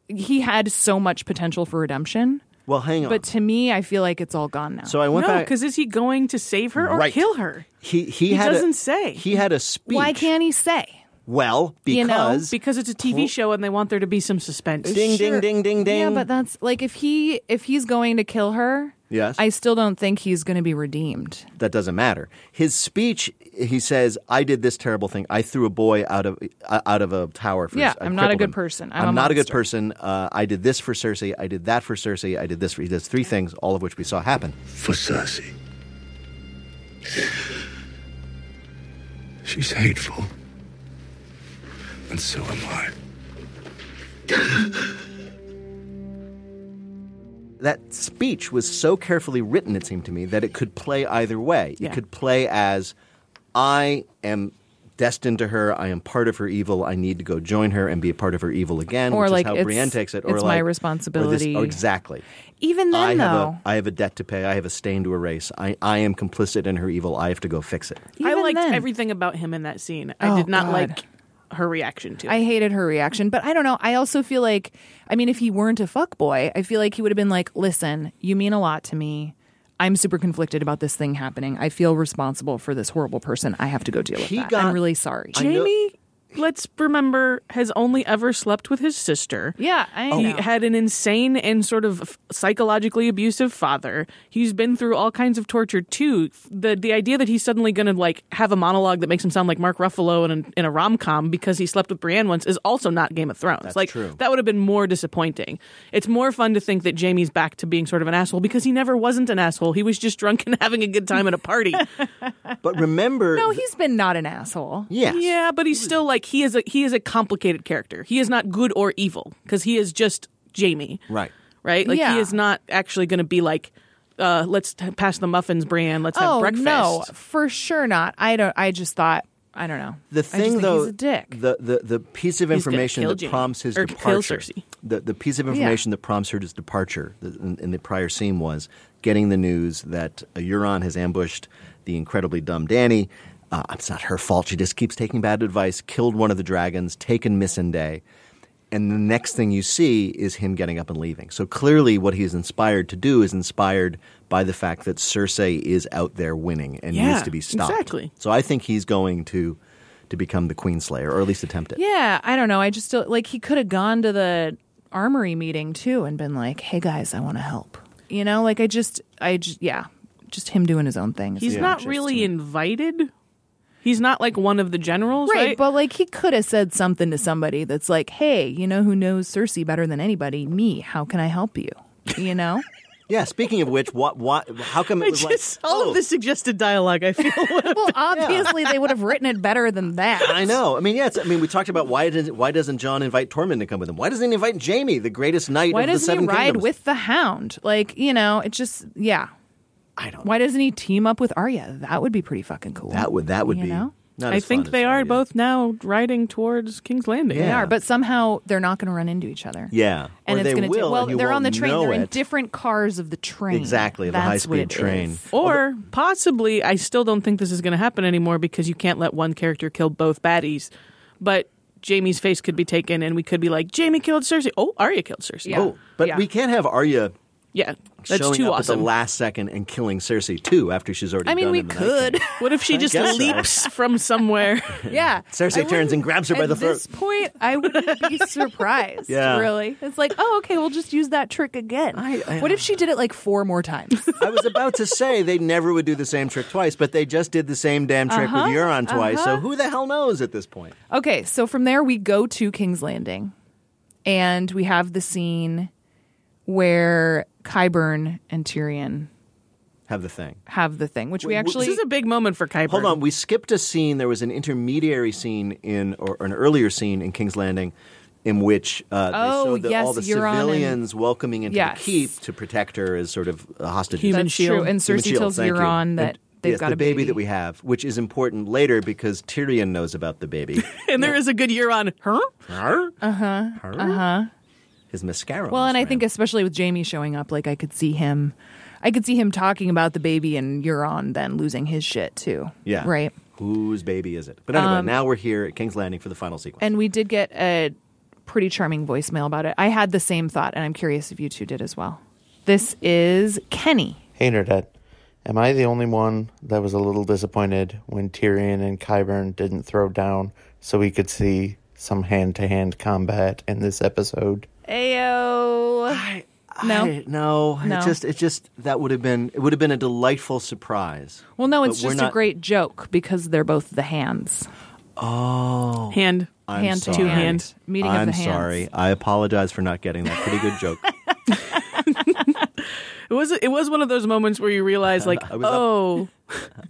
Speaker 1: he had so much potential for redemption.
Speaker 3: Well, hang on.
Speaker 1: But to me, I feel like it's all gone now.
Speaker 3: So I went
Speaker 2: no,
Speaker 3: back.
Speaker 2: because is he going to save her or
Speaker 3: Right.
Speaker 2: kill her?
Speaker 3: He he,
Speaker 2: He
Speaker 3: had a,
Speaker 2: doesn't say.
Speaker 3: He had a speech.
Speaker 1: Why can't he say?
Speaker 3: Well, because
Speaker 1: You know,
Speaker 2: Because it's a TV show and they want there to be some suspense.
Speaker 3: Ding, ding, ding, ding, ding.
Speaker 1: Yeah, but that's like if he if he's going to kill her,
Speaker 3: Yes.
Speaker 1: I still don't think he's going to be redeemed.
Speaker 3: that doesn't matter. His speech, he says, "I did this terrible thing. I threw a boy out of uh, out of a tower." For,
Speaker 1: Yeah,
Speaker 3: I
Speaker 1: I'm not a
Speaker 3: crippled
Speaker 1: good
Speaker 3: him.
Speaker 1: person. I'm
Speaker 3: I'm,
Speaker 1: a
Speaker 3: not a good
Speaker 1: monster."
Speaker 3: person. Uh, I did this for Cersei. I did that for Cersei. I did this. For, he does three things, all of which we saw happen.
Speaker 6: For Cersei. She's hateful. And so am I.
Speaker 3: that speech was so carefully written, it seemed to me, that it could play either way.
Speaker 2: Yeah.
Speaker 3: It could play as I am destined to her, I am part of her evil, I need to go join her and be a part of her evil again,
Speaker 1: Or
Speaker 3: which
Speaker 1: like,
Speaker 3: is how
Speaker 1: it's-
Speaker 3: Brienne takes it. Or
Speaker 1: it's
Speaker 3: like,
Speaker 1: my
Speaker 3: or this-
Speaker 1: responsibility.
Speaker 3: oh, exactly.
Speaker 1: Even then,
Speaker 3: I have,
Speaker 1: though,
Speaker 3: a, I have a debt to pay, I have a stain to erase, I, I am complicit in her evil, I have to go fix it.
Speaker 2: I
Speaker 1: Even
Speaker 2: liked
Speaker 1: then.
Speaker 2: everything about him in that scene. I
Speaker 1: Oh,
Speaker 2: did not
Speaker 1: God.
Speaker 2: like her reaction to it.
Speaker 1: I hated her reaction, but I don't know. I also feel like, I mean, if he weren't a fuckboy, I feel like he would have been like, listen, you mean a lot to me. I'm super conflicted about this thing happening. I feel responsible for this horrible person. I have to go deal with
Speaker 3: He
Speaker 1: that.
Speaker 3: got-
Speaker 1: I'm really sorry.
Speaker 3: I know-
Speaker 2: Jamie, let's remember, has only ever slept with his sister.
Speaker 1: Yeah, I
Speaker 2: He
Speaker 1: know.
Speaker 2: had an insane and sort of f- psychologically abusive father. He's been through all kinds of torture too. The the idea that he's suddenly going to like have a monologue that makes him sound like Mark Ruffalo in a, in a rom com because he slept with Brienne once is also not Game of Thrones.
Speaker 3: That's
Speaker 2: like
Speaker 3: true.
Speaker 2: that would have been more disappointing. It's more fun to think that Jamie's back to being sort of an asshole because he never wasn't an asshole. He was just drunk and <laughs> having a good time at a party.
Speaker 3: But remember.
Speaker 1: <laughs> no, he's been not an asshole.
Speaker 3: Yes.
Speaker 2: Yeah, but he's still like he is a he is a complicated character. He is not good or evil because he is just Jamie,
Speaker 3: Right.
Speaker 2: right? Like
Speaker 1: Yeah.
Speaker 2: he is not actually going to be like, uh, let's t- pass the muffins, Brienne. Let's have
Speaker 1: oh
Speaker 2: breakfast.
Speaker 1: no, for sure not. I don't. I just thought. I don't know.
Speaker 3: The
Speaker 1: I just
Speaker 3: thing,
Speaker 1: think
Speaker 3: though,
Speaker 1: he's a dick.
Speaker 3: The, the the piece of
Speaker 2: gonna
Speaker 3: information
Speaker 2: kill
Speaker 3: that
Speaker 2: Jamie.
Speaker 3: prompts his
Speaker 2: Or kill
Speaker 3: departure,
Speaker 2: Cersei.
Speaker 3: the the piece of information that prompts her his departure th- in, in the prior scene was getting the news that uh, Euron has ambushed the incredibly dumb Danny. Uh, it's not her fault. She just keeps taking bad advice. Killed one of the dragons. Taken Missandei. And the next thing you see is him getting up and leaving. So clearly, what he's inspired to do is inspired by the fact that Cersei is out there winning and
Speaker 2: Yeah,
Speaker 3: needs to be stopped.
Speaker 2: exactly.
Speaker 3: So I think he's going to to become the Queen Slayer, or at least attempt it.
Speaker 1: Yeah, I don't know. I just still like he could have gone to the armory meeting too and been like, "Hey guys, I want to help." You know, like I just, I just, yeah, just him doing his own thing. is
Speaker 2: he's
Speaker 1: obnoxious
Speaker 2: not
Speaker 1: to
Speaker 2: really
Speaker 1: me.
Speaker 2: invited. He's not like one of the generals,
Speaker 1: right,
Speaker 2: right? <laughs>
Speaker 1: but like he could have said something to somebody that's like, "Hey, you know who knows Cersei better than anybody? Me. How can I help you?"
Speaker 3: <laughs>
Speaker 1: You know.
Speaker 3: Yeah. Speaking of which, what, what, how come
Speaker 2: I
Speaker 3: it was like?
Speaker 2: just all
Speaker 3: oh,
Speaker 2: of the suggested dialogue.
Speaker 3: <laughs>
Speaker 2: I feel <laughs>
Speaker 1: well, obviously they would have written it better than that.
Speaker 3: I know. I mean, yeah. It's, I mean, we talked about why doesn't why doesn't John invite Tormund to come with him? Why doesn't he invite Jamie, the greatest knight
Speaker 1: Why
Speaker 3: of the
Speaker 1: doesn't he
Speaker 3: Seven
Speaker 1: ride
Speaker 3: Kingdoms?
Speaker 1: with the Hound? Like you know, it just yeah.
Speaker 3: I don't.
Speaker 1: Why doesn't he team up with Arya? That would be pretty fucking cool.
Speaker 3: That would that would
Speaker 1: You
Speaker 3: be.
Speaker 1: know?
Speaker 3: Not
Speaker 2: I
Speaker 3: as fun
Speaker 2: think
Speaker 3: as
Speaker 2: they are
Speaker 3: Arya.
Speaker 2: both now riding towards King's Landing.
Speaker 1: They
Speaker 3: Yeah.
Speaker 1: are, but somehow they're not going to run into each other.
Speaker 3: Yeah.
Speaker 1: And
Speaker 3: or
Speaker 1: it's
Speaker 3: they
Speaker 1: going to
Speaker 3: will,
Speaker 1: take,
Speaker 3: and
Speaker 1: well,
Speaker 3: you
Speaker 1: they're on the
Speaker 3: won't
Speaker 1: train.
Speaker 3: know
Speaker 1: They're in
Speaker 3: it.
Speaker 1: different cars of the train.
Speaker 3: Exactly, the
Speaker 1: That's
Speaker 3: high-speed
Speaker 1: what it
Speaker 3: train.
Speaker 1: is.
Speaker 2: Or possibly, I still don't think this is going to happen anymore because you can't let one character kill both baddies. But Jamie's face could be taken, and we could be like, Jamie killed Cersei. Oh, Arya killed Cersei.
Speaker 1: Yeah.
Speaker 3: Oh, but
Speaker 1: Yeah.
Speaker 3: we can't have Arya
Speaker 2: Yeah, that's
Speaker 3: showing
Speaker 2: too
Speaker 3: up at
Speaker 2: awesome.
Speaker 3: the last second and killing Cersei too after she's already.
Speaker 2: I mean,
Speaker 3: done
Speaker 2: we
Speaker 3: in the
Speaker 2: could. What if she
Speaker 3: I
Speaker 2: just
Speaker 3: guess so.
Speaker 2: leaps
Speaker 3: <laughs>
Speaker 2: from somewhere?
Speaker 1: <laughs> yeah.
Speaker 3: Cersei turns and grabs her by
Speaker 1: At
Speaker 3: the throat.
Speaker 1: this <laughs> point, I wouldn't
Speaker 3: <laughs>
Speaker 1: be surprised.
Speaker 3: Yeah.
Speaker 1: Really, it's like, oh, okay, we'll just use that trick again. what if she did it like four
Speaker 3: <laughs>
Speaker 1: more times?
Speaker 3: I was about to say they never would do the same trick twice, but they just did the same damn trick
Speaker 1: Uh-huh,
Speaker 3: with Euron twice. So
Speaker 1: uh-huh.
Speaker 3: who the hell knows at this point?
Speaker 1: Okay, so from there we go to King's Landing, and we have the scene where Kyburn and Tyrion
Speaker 3: Have the thing.
Speaker 1: have the thing, which we actually
Speaker 2: this is a big moment for Kuiper.
Speaker 3: Hold on, we skipped a scene. There was an intermediary scene in, or an earlier scene in King's Landing, in which uh,
Speaker 1: Oh,
Speaker 3: they showed the,
Speaker 1: yes,
Speaker 3: all the
Speaker 1: Euron and-
Speaker 3: civilians welcoming into
Speaker 1: Yes.
Speaker 3: the keep to protect her as sort of a hostage.
Speaker 1: Human That's shield. true, and
Speaker 3: Human
Speaker 1: Cersei
Speaker 3: shield,
Speaker 1: tells
Speaker 3: thank you.
Speaker 1: Euron that
Speaker 3: And-
Speaker 1: they've
Speaker 3: yes,
Speaker 1: got
Speaker 3: the
Speaker 1: a
Speaker 3: baby that we have, which is important later because Tyrion knows about the
Speaker 1: <laughs>
Speaker 3: baby.
Speaker 2: and there is a good year on her.
Speaker 3: Arr?
Speaker 1: uh huh
Speaker 3: Her?
Speaker 1: uh huh.
Speaker 3: His mascara.
Speaker 1: Well,
Speaker 3: almost
Speaker 1: and I
Speaker 3: ran
Speaker 1: think especially with Jamie showing up, like I could see him, I could see him talking about the baby and Euron then losing his shit too.
Speaker 3: Yeah.
Speaker 1: Right.
Speaker 3: Whose baby is it? But anyway,
Speaker 1: Um,
Speaker 3: now we're here at King's Landing for the final sequence.
Speaker 1: And we did get a pretty charming voicemail about it. I had the same thought, and I'm curious if you two did as well. This is Kenny.
Speaker 15: Hey, Nerdette. Am I the only one that was a little disappointed when Tyrion and Kyburn didn't throw down so we could see some hand to hand combat in this episode?
Speaker 1: Ayo. no.
Speaker 3: I- no,
Speaker 1: No.
Speaker 3: It just it just that would have been it would have been a delightful surprise.
Speaker 1: well, no,
Speaker 3: But
Speaker 1: it's
Speaker 3: we're
Speaker 1: just a
Speaker 3: not-
Speaker 1: great joke because they're both the hands.
Speaker 3: Oh,
Speaker 2: Hand.
Speaker 3: I'm
Speaker 1: Hand to
Speaker 3: sorry.
Speaker 1: hand. Meeting of
Speaker 3: I'm
Speaker 1: the hands.
Speaker 3: sorry. I apologize for not getting that. Pretty good
Speaker 1: <laughs>
Speaker 3: joke.
Speaker 2: It was it was one of those moments where you
Speaker 3: <laughs>
Speaker 2: realize like
Speaker 3: was up-
Speaker 2: oh,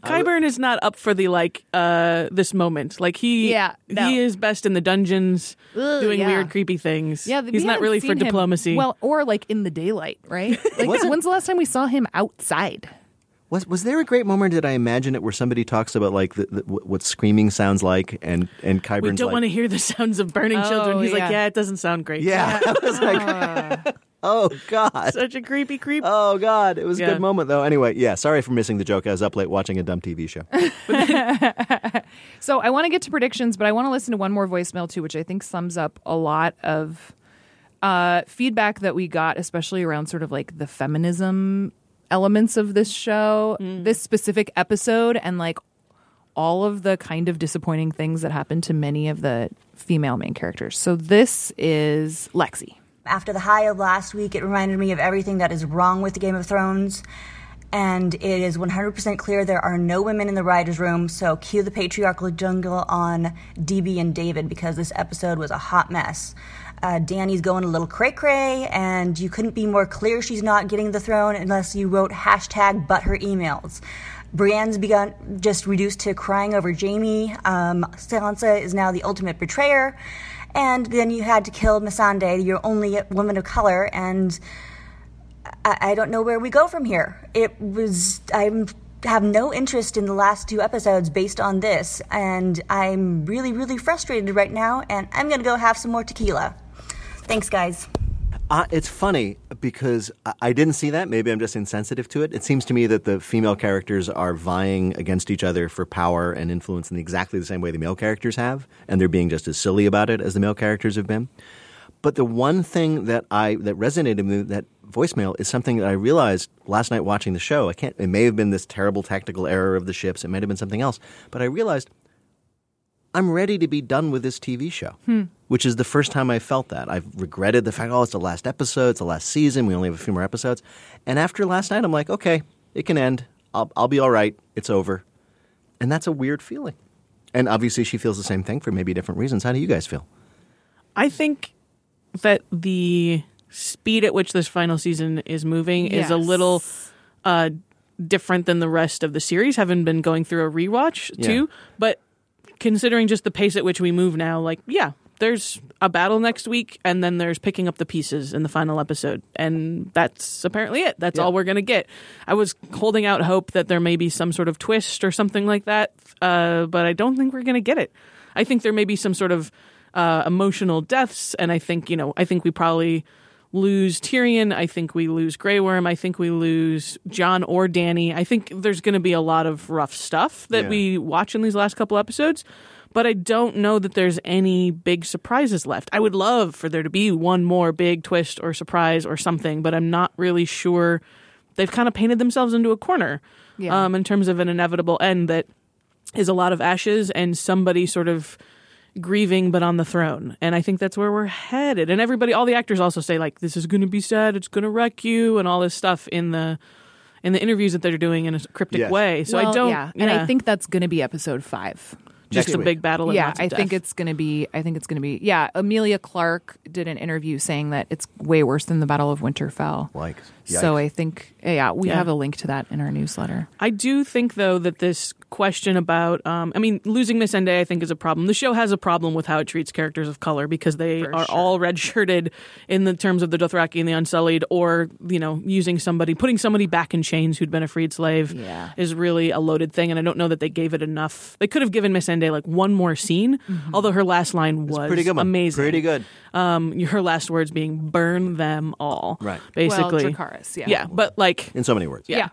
Speaker 2: Kyburn is not up for the like uh this moment. Like he
Speaker 1: Yeah, no.
Speaker 2: he is best in the dungeons
Speaker 1: Ugh,
Speaker 2: doing
Speaker 1: yeah.
Speaker 2: weird creepy things.
Speaker 1: Yeah, we
Speaker 2: he's not
Speaker 1: haven't
Speaker 2: really for
Speaker 1: seen him-
Speaker 2: diplomacy.
Speaker 1: Well, or like in the daylight, <laughs> right? Like,
Speaker 3: Wasn't-
Speaker 1: when's the last time we saw him outside?
Speaker 3: Was was there a great moment that I imagine it where somebody talks about like the, the, what what screaming sounds like and and Kyburn's
Speaker 2: we don't
Speaker 3: like,
Speaker 2: want to hear the <laughs> sounds of burning children.
Speaker 1: Oh,
Speaker 2: He's
Speaker 1: yeah.
Speaker 2: like, yeah, it doesn't sound great.
Speaker 3: yeah. <laughs> I was like, oh god.
Speaker 2: <laughs> such a creepy creep.
Speaker 3: Oh God! It was a
Speaker 2: Yeah.
Speaker 3: good moment, though. Anyway, yeah. Sorry for missing the joke. I was up late watching a dumb TV show.
Speaker 1: So I want to get to predictions, but I want to listen to one more voicemail too, which I think sums up a lot of uh, feedback that we got, especially around sort of like the feminism elements of this show, this specific episode, and like all of the kind of disappointing things that happened to many of the female main characters. So this is Lexi.
Speaker 16: After the high of last week, it reminded me of everything that is wrong with Game of Thrones. And it is 100% clear there are no women in the writer's room, so cue the patriarchal jungle on DB and David because this episode was a hot mess. Uh, Danny's going a little cray cray, and you couldn't be more clear she's not getting the throne unless you wrote hashtag but her emails. Brienne's begun just reduced to crying over Jamie. Um, Sansa is now the ultimate betrayer. And then you had to kill Missandei, your only woman of color, and I, I don't know where we go from here. It was I'm have no interest in the last two episodes based on this, and I'm really, really frustrated right now, and I'm gonna go have some more tequila. Thanks, guys.
Speaker 3: Uh, it's funny because I- I didn't see that. Maybe I'm just insensitive to it. It seems to me that the female characters are vying against each other for power and influence in exactly the same way the male characters have, and they're being just as silly about it as the male characters have been. But the one thing that I that resonated with me, that voicemail is something that I realized last night watching the show. I can't. It may have been this terrible tactical error of the ships. It might have been something else. But I realized I'm ready to be done with this TV show,
Speaker 2: Hmm.
Speaker 3: which is the first time I felt that. I've regretted the fact, oh, it's the last episode, it's the last season, we only have a few more episodes. And after last night, I'm like, okay, it can end. I'll, I'll be all right. It's over. And that's a weird feeling. And obviously, she feels the same thing for maybe different reasons. How do you guys feel?
Speaker 2: I think that the speed at which this final season is moving is a
Speaker 1: Yes.
Speaker 2: little uh, different than the rest of the series, having been going through a rewatch
Speaker 1: Yeah.
Speaker 2: too. But considering just the pace at which we move now, like, yeah, there's a battle next week, and then there's picking up the pieces in the final episode. And that's apparently it. That's all we're going to get. I was holding out hope that there may be some sort of twist or something like that, uh, but I don't think we're going to get it. I think there may be some sort of uh, emotional deaths, and I think you know, I think we probably lose Tyrion. I think we lose Grey Worm. I think we lose John or Danny. I think there's going to be a lot of rough stuff that
Speaker 17: Yeah.
Speaker 2: we watch in these last couple episodes. but I don't know that there's any big surprises left. I would love for there to be one more big twist or surprise or something, but I'm not really sure. They've kind of painted themselves into a corner
Speaker 1: Yeah.
Speaker 2: um, in terms of an inevitable end that is a lot of ashes and somebody sort of grieving but on the throne. And I think that's where we're headed. And everybody, all the actors also say like, this is going to be sad. It's going to wreck you and all this stuff in the. In the interviews that they're doing in a cryptic
Speaker 1: Yes.
Speaker 2: way, so I
Speaker 1: Well,
Speaker 2: don't.
Speaker 1: yeah, and I think that's going to be episode five.
Speaker 2: Just Next a week. big battle Oh, and
Speaker 1: yeah,
Speaker 2: lots of
Speaker 1: I think
Speaker 2: death.
Speaker 1: it's going to be. I think it's going to be. Yeah, Amelia Clark did an interview saying that it's way worse than the Battle of Winterfell.
Speaker 3: Yikes.
Speaker 1: So I think yeah, we
Speaker 2: Yeah.
Speaker 1: have a link to that in our newsletter.
Speaker 2: I do think though that this question about um, I mean losing Miss Ende I think is a problem. The show has a problem with how it treats characters of color because they are all red-shirted in the terms of the Dothraki and the Unsullied or you know using somebody putting somebody back in chains who'd been a freed slave
Speaker 1: Yeah.
Speaker 2: is really a loaded thing and I don't know that they gave it enough. They could have given Miss Ende like one more scene although her last line was
Speaker 3: Mm-hmm. pretty good one.
Speaker 2: amazing.
Speaker 3: Pretty good.
Speaker 2: Um her last words being burn them all.
Speaker 3: Right. Well,
Speaker 2: Basically.
Speaker 1: Dracarys, yeah.
Speaker 2: Yeah, but like
Speaker 3: in so many words.
Speaker 2: yeah.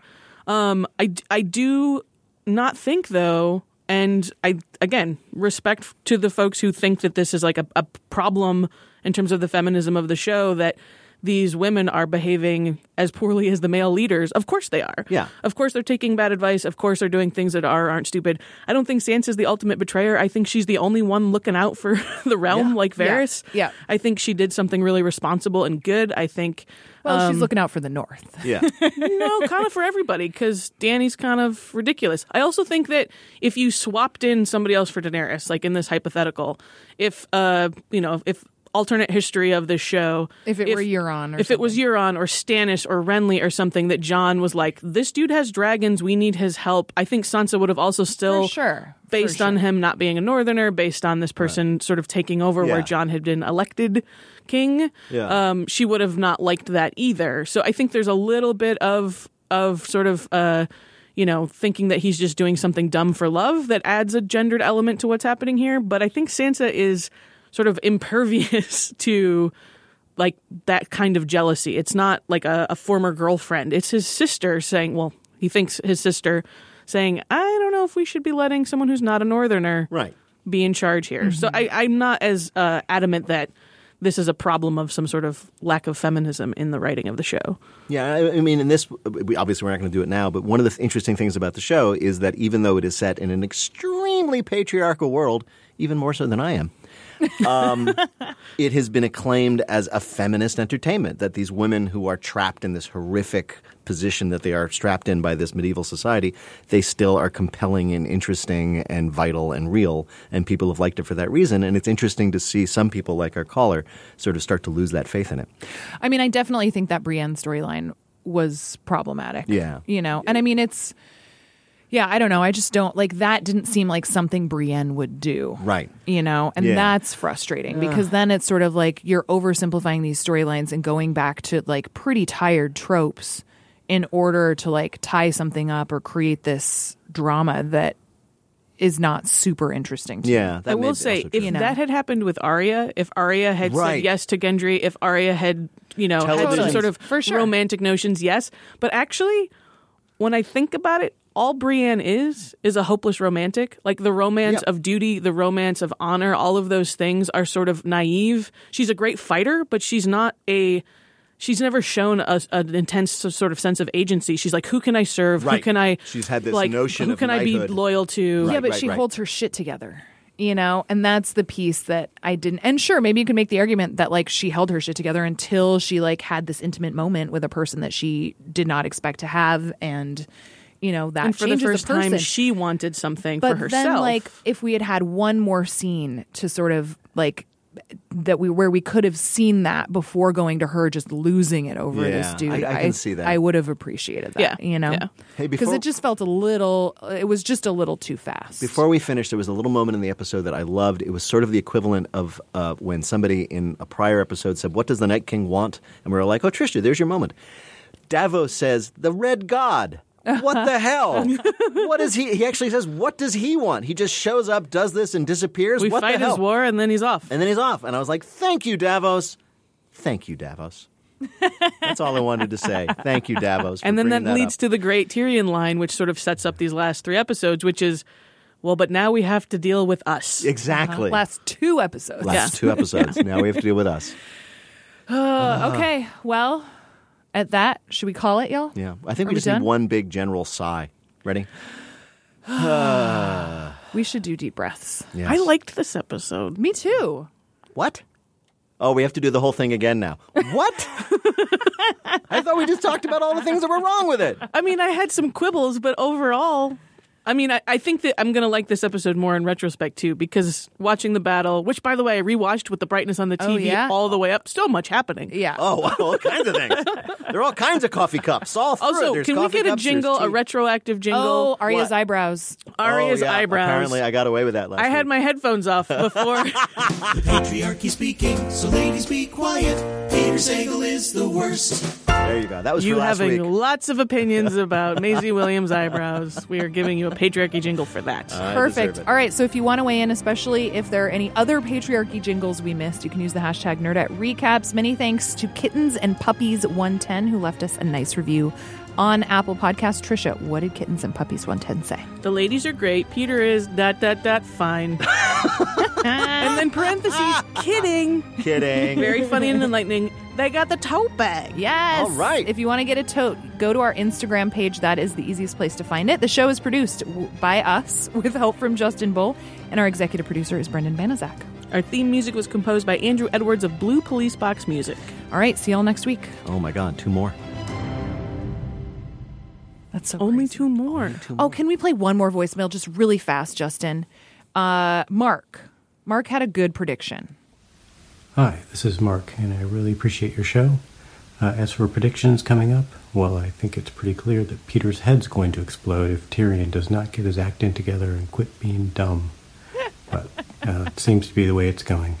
Speaker 2: Um, I, I do not think though, and I again respect to the folks who think that this is like a, a problem in terms of the feminism of the show that these women are behaving as poorly as the male leaders. Of course they are.
Speaker 3: Yeah.
Speaker 2: Of course they're taking bad advice. Of course they're doing things that are aren't stupid. I don't think Sansa's the ultimate betrayer. I think she's the only one looking out for <laughs> the realm like
Speaker 1: Yeah.
Speaker 2: Varys.
Speaker 1: Yeah.
Speaker 2: I think she did something really responsible and good. I think
Speaker 1: Well, she's
Speaker 2: um,
Speaker 1: looking out for the North.
Speaker 3: Yeah.
Speaker 2: <laughs> no, kind of for everybody because Danny's kind of ridiculous. I also think that if you swapped in somebody else for Daenerys, like in this hypothetical, if uh, you know, if alternate history of this show,
Speaker 1: If it were Euron or
Speaker 2: if it was Euron or Stannis or Renly or something, that John was like, this dude has dragons, we need his help. I think Sansa would have also still
Speaker 1: For sure. For
Speaker 2: based on him not being a northerner, based on this person sort of taking over where
Speaker 1: Yeah.
Speaker 2: John had been elected king,
Speaker 1: Yeah.
Speaker 2: um, she would have not liked that either. So I think there's a little bit of of sort of uh, you know thinking that he's just doing something dumb for love that adds a gendered element to what's happening here. But I think Sansa is sort of impervious <laughs> to like that kind of jealousy. It's not like a, a former girlfriend. It's his sister saying, well, he thinks his sister saying, I don't know if we should be letting someone who's not a northerner
Speaker 3: right.
Speaker 2: be in charge here. So I, I'm not as uh, adamant that this is a problem of some sort of lack of feminism in the writing of the show.
Speaker 3: Yeah, I, I mean, in this, we, obviously we're not going to do it now, but one of the th- interesting things about the show is that even though it is set in an extremely patriarchal world, even more so than I am, um, it has been acclaimed as a feminist entertainment that these women who are trapped in this horrific position that they are strapped in by this medieval society, they still are compelling and interesting and vital and real, and people have liked it for that reason. And it's interesting to see some people, like our caller, sort of start to lose that faith in it.
Speaker 1: I mean, I definitely think that Brienne storyline was problematic.
Speaker 3: Yeah.
Speaker 1: You know, and I mean, it's, yeah, I don't know. I just don't, like, that didn't seem like something Brienne would do.
Speaker 3: Right.
Speaker 1: You know, and
Speaker 3: Yeah.
Speaker 1: that's frustrating
Speaker 3: Ugh.
Speaker 1: because then it's sort of like you're oversimplifying these storylines and going back to like pretty tired tropes in order to like tie something up or create this drama that is not super interesting to
Speaker 3: Yeah,
Speaker 1: me.
Speaker 3: that
Speaker 2: I will say, if
Speaker 1: You know?
Speaker 2: that had happened with Arya, if Arya had
Speaker 1: Right.
Speaker 2: said yes to Gendry, if Arya had, you know, had
Speaker 1: Television.
Speaker 2: some sort of
Speaker 1: For sure.
Speaker 2: romantic notions, yes. But actually, when I think about it, all Brienne is is a hopeless romantic. Like the romance
Speaker 1: Yeah.
Speaker 2: of duty, the romance of honor, all of those things are sort of naive. She's a great fighter, but she's not a. She's never shown a, an intense sort of sense of agency. She's like, who can I serve? Who
Speaker 3: Right.
Speaker 2: can I?
Speaker 3: She's had this
Speaker 2: like,
Speaker 3: notion
Speaker 2: Who
Speaker 3: of
Speaker 2: can I
Speaker 3: knighthood.
Speaker 2: be loyal to?
Speaker 1: yeah, but she holds her shit together, you know, and that's the piece that I didn't. And sure, maybe you can make the argument that like she held her shit together until she like had this intimate moment with a person that she did not expect to have, and you know that
Speaker 2: and for the
Speaker 1: changes
Speaker 2: first
Speaker 1: person.
Speaker 2: time she wanted something
Speaker 1: but
Speaker 2: for herself
Speaker 1: then like if we had had one more scene to sort of like that we where we could have seen that before going to her just losing it over this
Speaker 3: Yeah,
Speaker 1: dude
Speaker 3: I- I can see that.
Speaker 1: i would have appreciated that
Speaker 3: Yeah,
Speaker 1: you know
Speaker 3: yeah. Hey,
Speaker 1: because
Speaker 3: before-
Speaker 1: it just felt a little it was just a little too fast
Speaker 3: Before we finished, there was a little moment in the episode that I loved. It was sort of the equivalent of uh, when somebody in a prior episode said, What does the Night King want? And we were like, Oh, Trisha, there's your moment. Davos says, The Red God. What
Speaker 2: <laughs>
Speaker 3: the hell? what is he? He actually says, What does he want? He just shows up, does this, and disappears.
Speaker 2: we
Speaker 3: what
Speaker 2: fight
Speaker 3: the hell?
Speaker 2: his war and then he's off
Speaker 3: And then he's off. And I was like, Thank you, Davos. Thank you, Davos. That's all I wanted to say. Thank you, Davos. for
Speaker 2: and then
Speaker 3: bringing
Speaker 2: that,
Speaker 3: that,
Speaker 2: leads
Speaker 3: up.
Speaker 2: to the great tyrion line which sort of sets up these last three episodes which is well, but now we have to deal with us.
Speaker 3: Exactly.
Speaker 2: Uh-huh.
Speaker 1: Last two episodes.
Speaker 3: Last two episodes. Now we have to deal with us.
Speaker 1: Uh, okay. Well, at that, should we call it, y'all?
Speaker 3: Yeah. I think
Speaker 1: Are
Speaker 3: we
Speaker 1: we
Speaker 3: just
Speaker 1: done?
Speaker 3: need one big general sigh. Ready?
Speaker 1: We should do deep breaths.
Speaker 3: Yes.
Speaker 2: I liked this episode.
Speaker 1: Me too.
Speaker 3: What? Oh, we have to do the whole thing again now. What? I thought we just talked about all the things that were wrong with it.
Speaker 2: I mean, I had some quibbles, but overall, I mean, I, I think that I'm going to like this episode more in retrospect too, because watching the battle, which by the way, I rewatched with the brightness on the TV
Speaker 1: Oh, yeah?
Speaker 2: all the way up, so much happening.
Speaker 1: Yeah.
Speaker 3: Oh, <laughs> all kinds of things. There are all kinds of coffee cups. All through it.
Speaker 2: Also,
Speaker 3: There's
Speaker 2: can we
Speaker 3: coffee
Speaker 2: get a
Speaker 3: cups, there's
Speaker 2: jingle, a
Speaker 3: tea.
Speaker 2: retroactive jingle?
Speaker 1: Oh, Arya's
Speaker 3: What?
Speaker 1: eyebrows.
Speaker 2: Arya's
Speaker 3: Oh, yeah.
Speaker 2: eyebrows.
Speaker 3: Apparently, I got away with that last
Speaker 2: I had
Speaker 3: week.
Speaker 2: my headphones off before.
Speaker 8: The patriarchy speaking, so ladies be quiet. Peter Sagal is the worst.
Speaker 3: There you go. That was
Speaker 2: you
Speaker 3: for last
Speaker 2: having
Speaker 3: week.
Speaker 2: lots of opinions about Maisie Williams' eyebrows. We are giving you a patriarchy jingle for that.
Speaker 1: Uh.
Speaker 3: I deserve
Speaker 1: Perfect.
Speaker 3: it.
Speaker 1: All right. So if you want to weigh in, especially if there are any other patriarchy jingles we missed, you can use the hashtag nerd at recaps. Many thanks to kittens and puppies 110 who left us a nice review on Apple Podcast. Trisha, what did kittens and puppies 110 say?
Speaker 2: the ladies are great. Peter is dot dot dot fine. and then parentheses kidding. <laughs>
Speaker 3: Kidding.
Speaker 2: Very funny and enlightening. They got the tote bag.
Speaker 1: Yes.
Speaker 3: All right.
Speaker 1: If you want to get a tote, go to our Instagram page. That is the easiest place to find it. The show is produced w- by us <laughs> with help from Justin Bull, and our executive producer is Brendan Banazak.
Speaker 2: Our theme music was composed by Andrew Edwards of Blue Police Box Music.
Speaker 1: All right. See y'all next week.
Speaker 3: Oh my God! Two more.
Speaker 1: That's so
Speaker 2: Only two more.
Speaker 1: Oh, can we play one more voicemail just really fast, Justin? Uh, Mark. Mark had a good prediction.
Speaker 17: Hi, this is Mark, and I really appreciate your show. Uh, as for predictions coming up, well, I think it's pretty clear that Peter's head's going to explode if Tyrion does not get his acting together and quit being dumb. But uh, it seems to be the way it's going.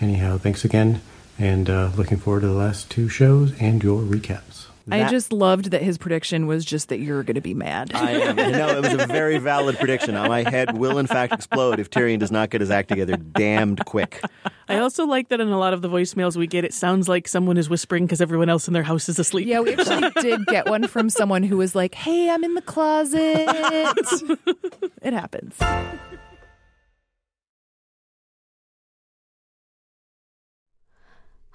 Speaker 17: Anyhow, thanks again, and uh, looking forward to the last two shows and your recaps.
Speaker 1: I
Speaker 3: That-
Speaker 1: just loved that his prediction was just that you're going to be mad.
Speaker 3: I am. You know, it was a very valid prediction. Now, My head will, in fact, explode if Tyrion does not get his act together damned quick.
Speaker 2: I also like that in a lot of the voicemails we get, it sounds like someone is whispering because everyone else in their house is
Speaker 1: <laughs>
Speaker 2: asleep.
Speaker 1: yeah,
Speaker 3: <laughs>
Speaker 1: we actually did get one from someone who was like, hey, I'm in the closet. <laughs> it happens.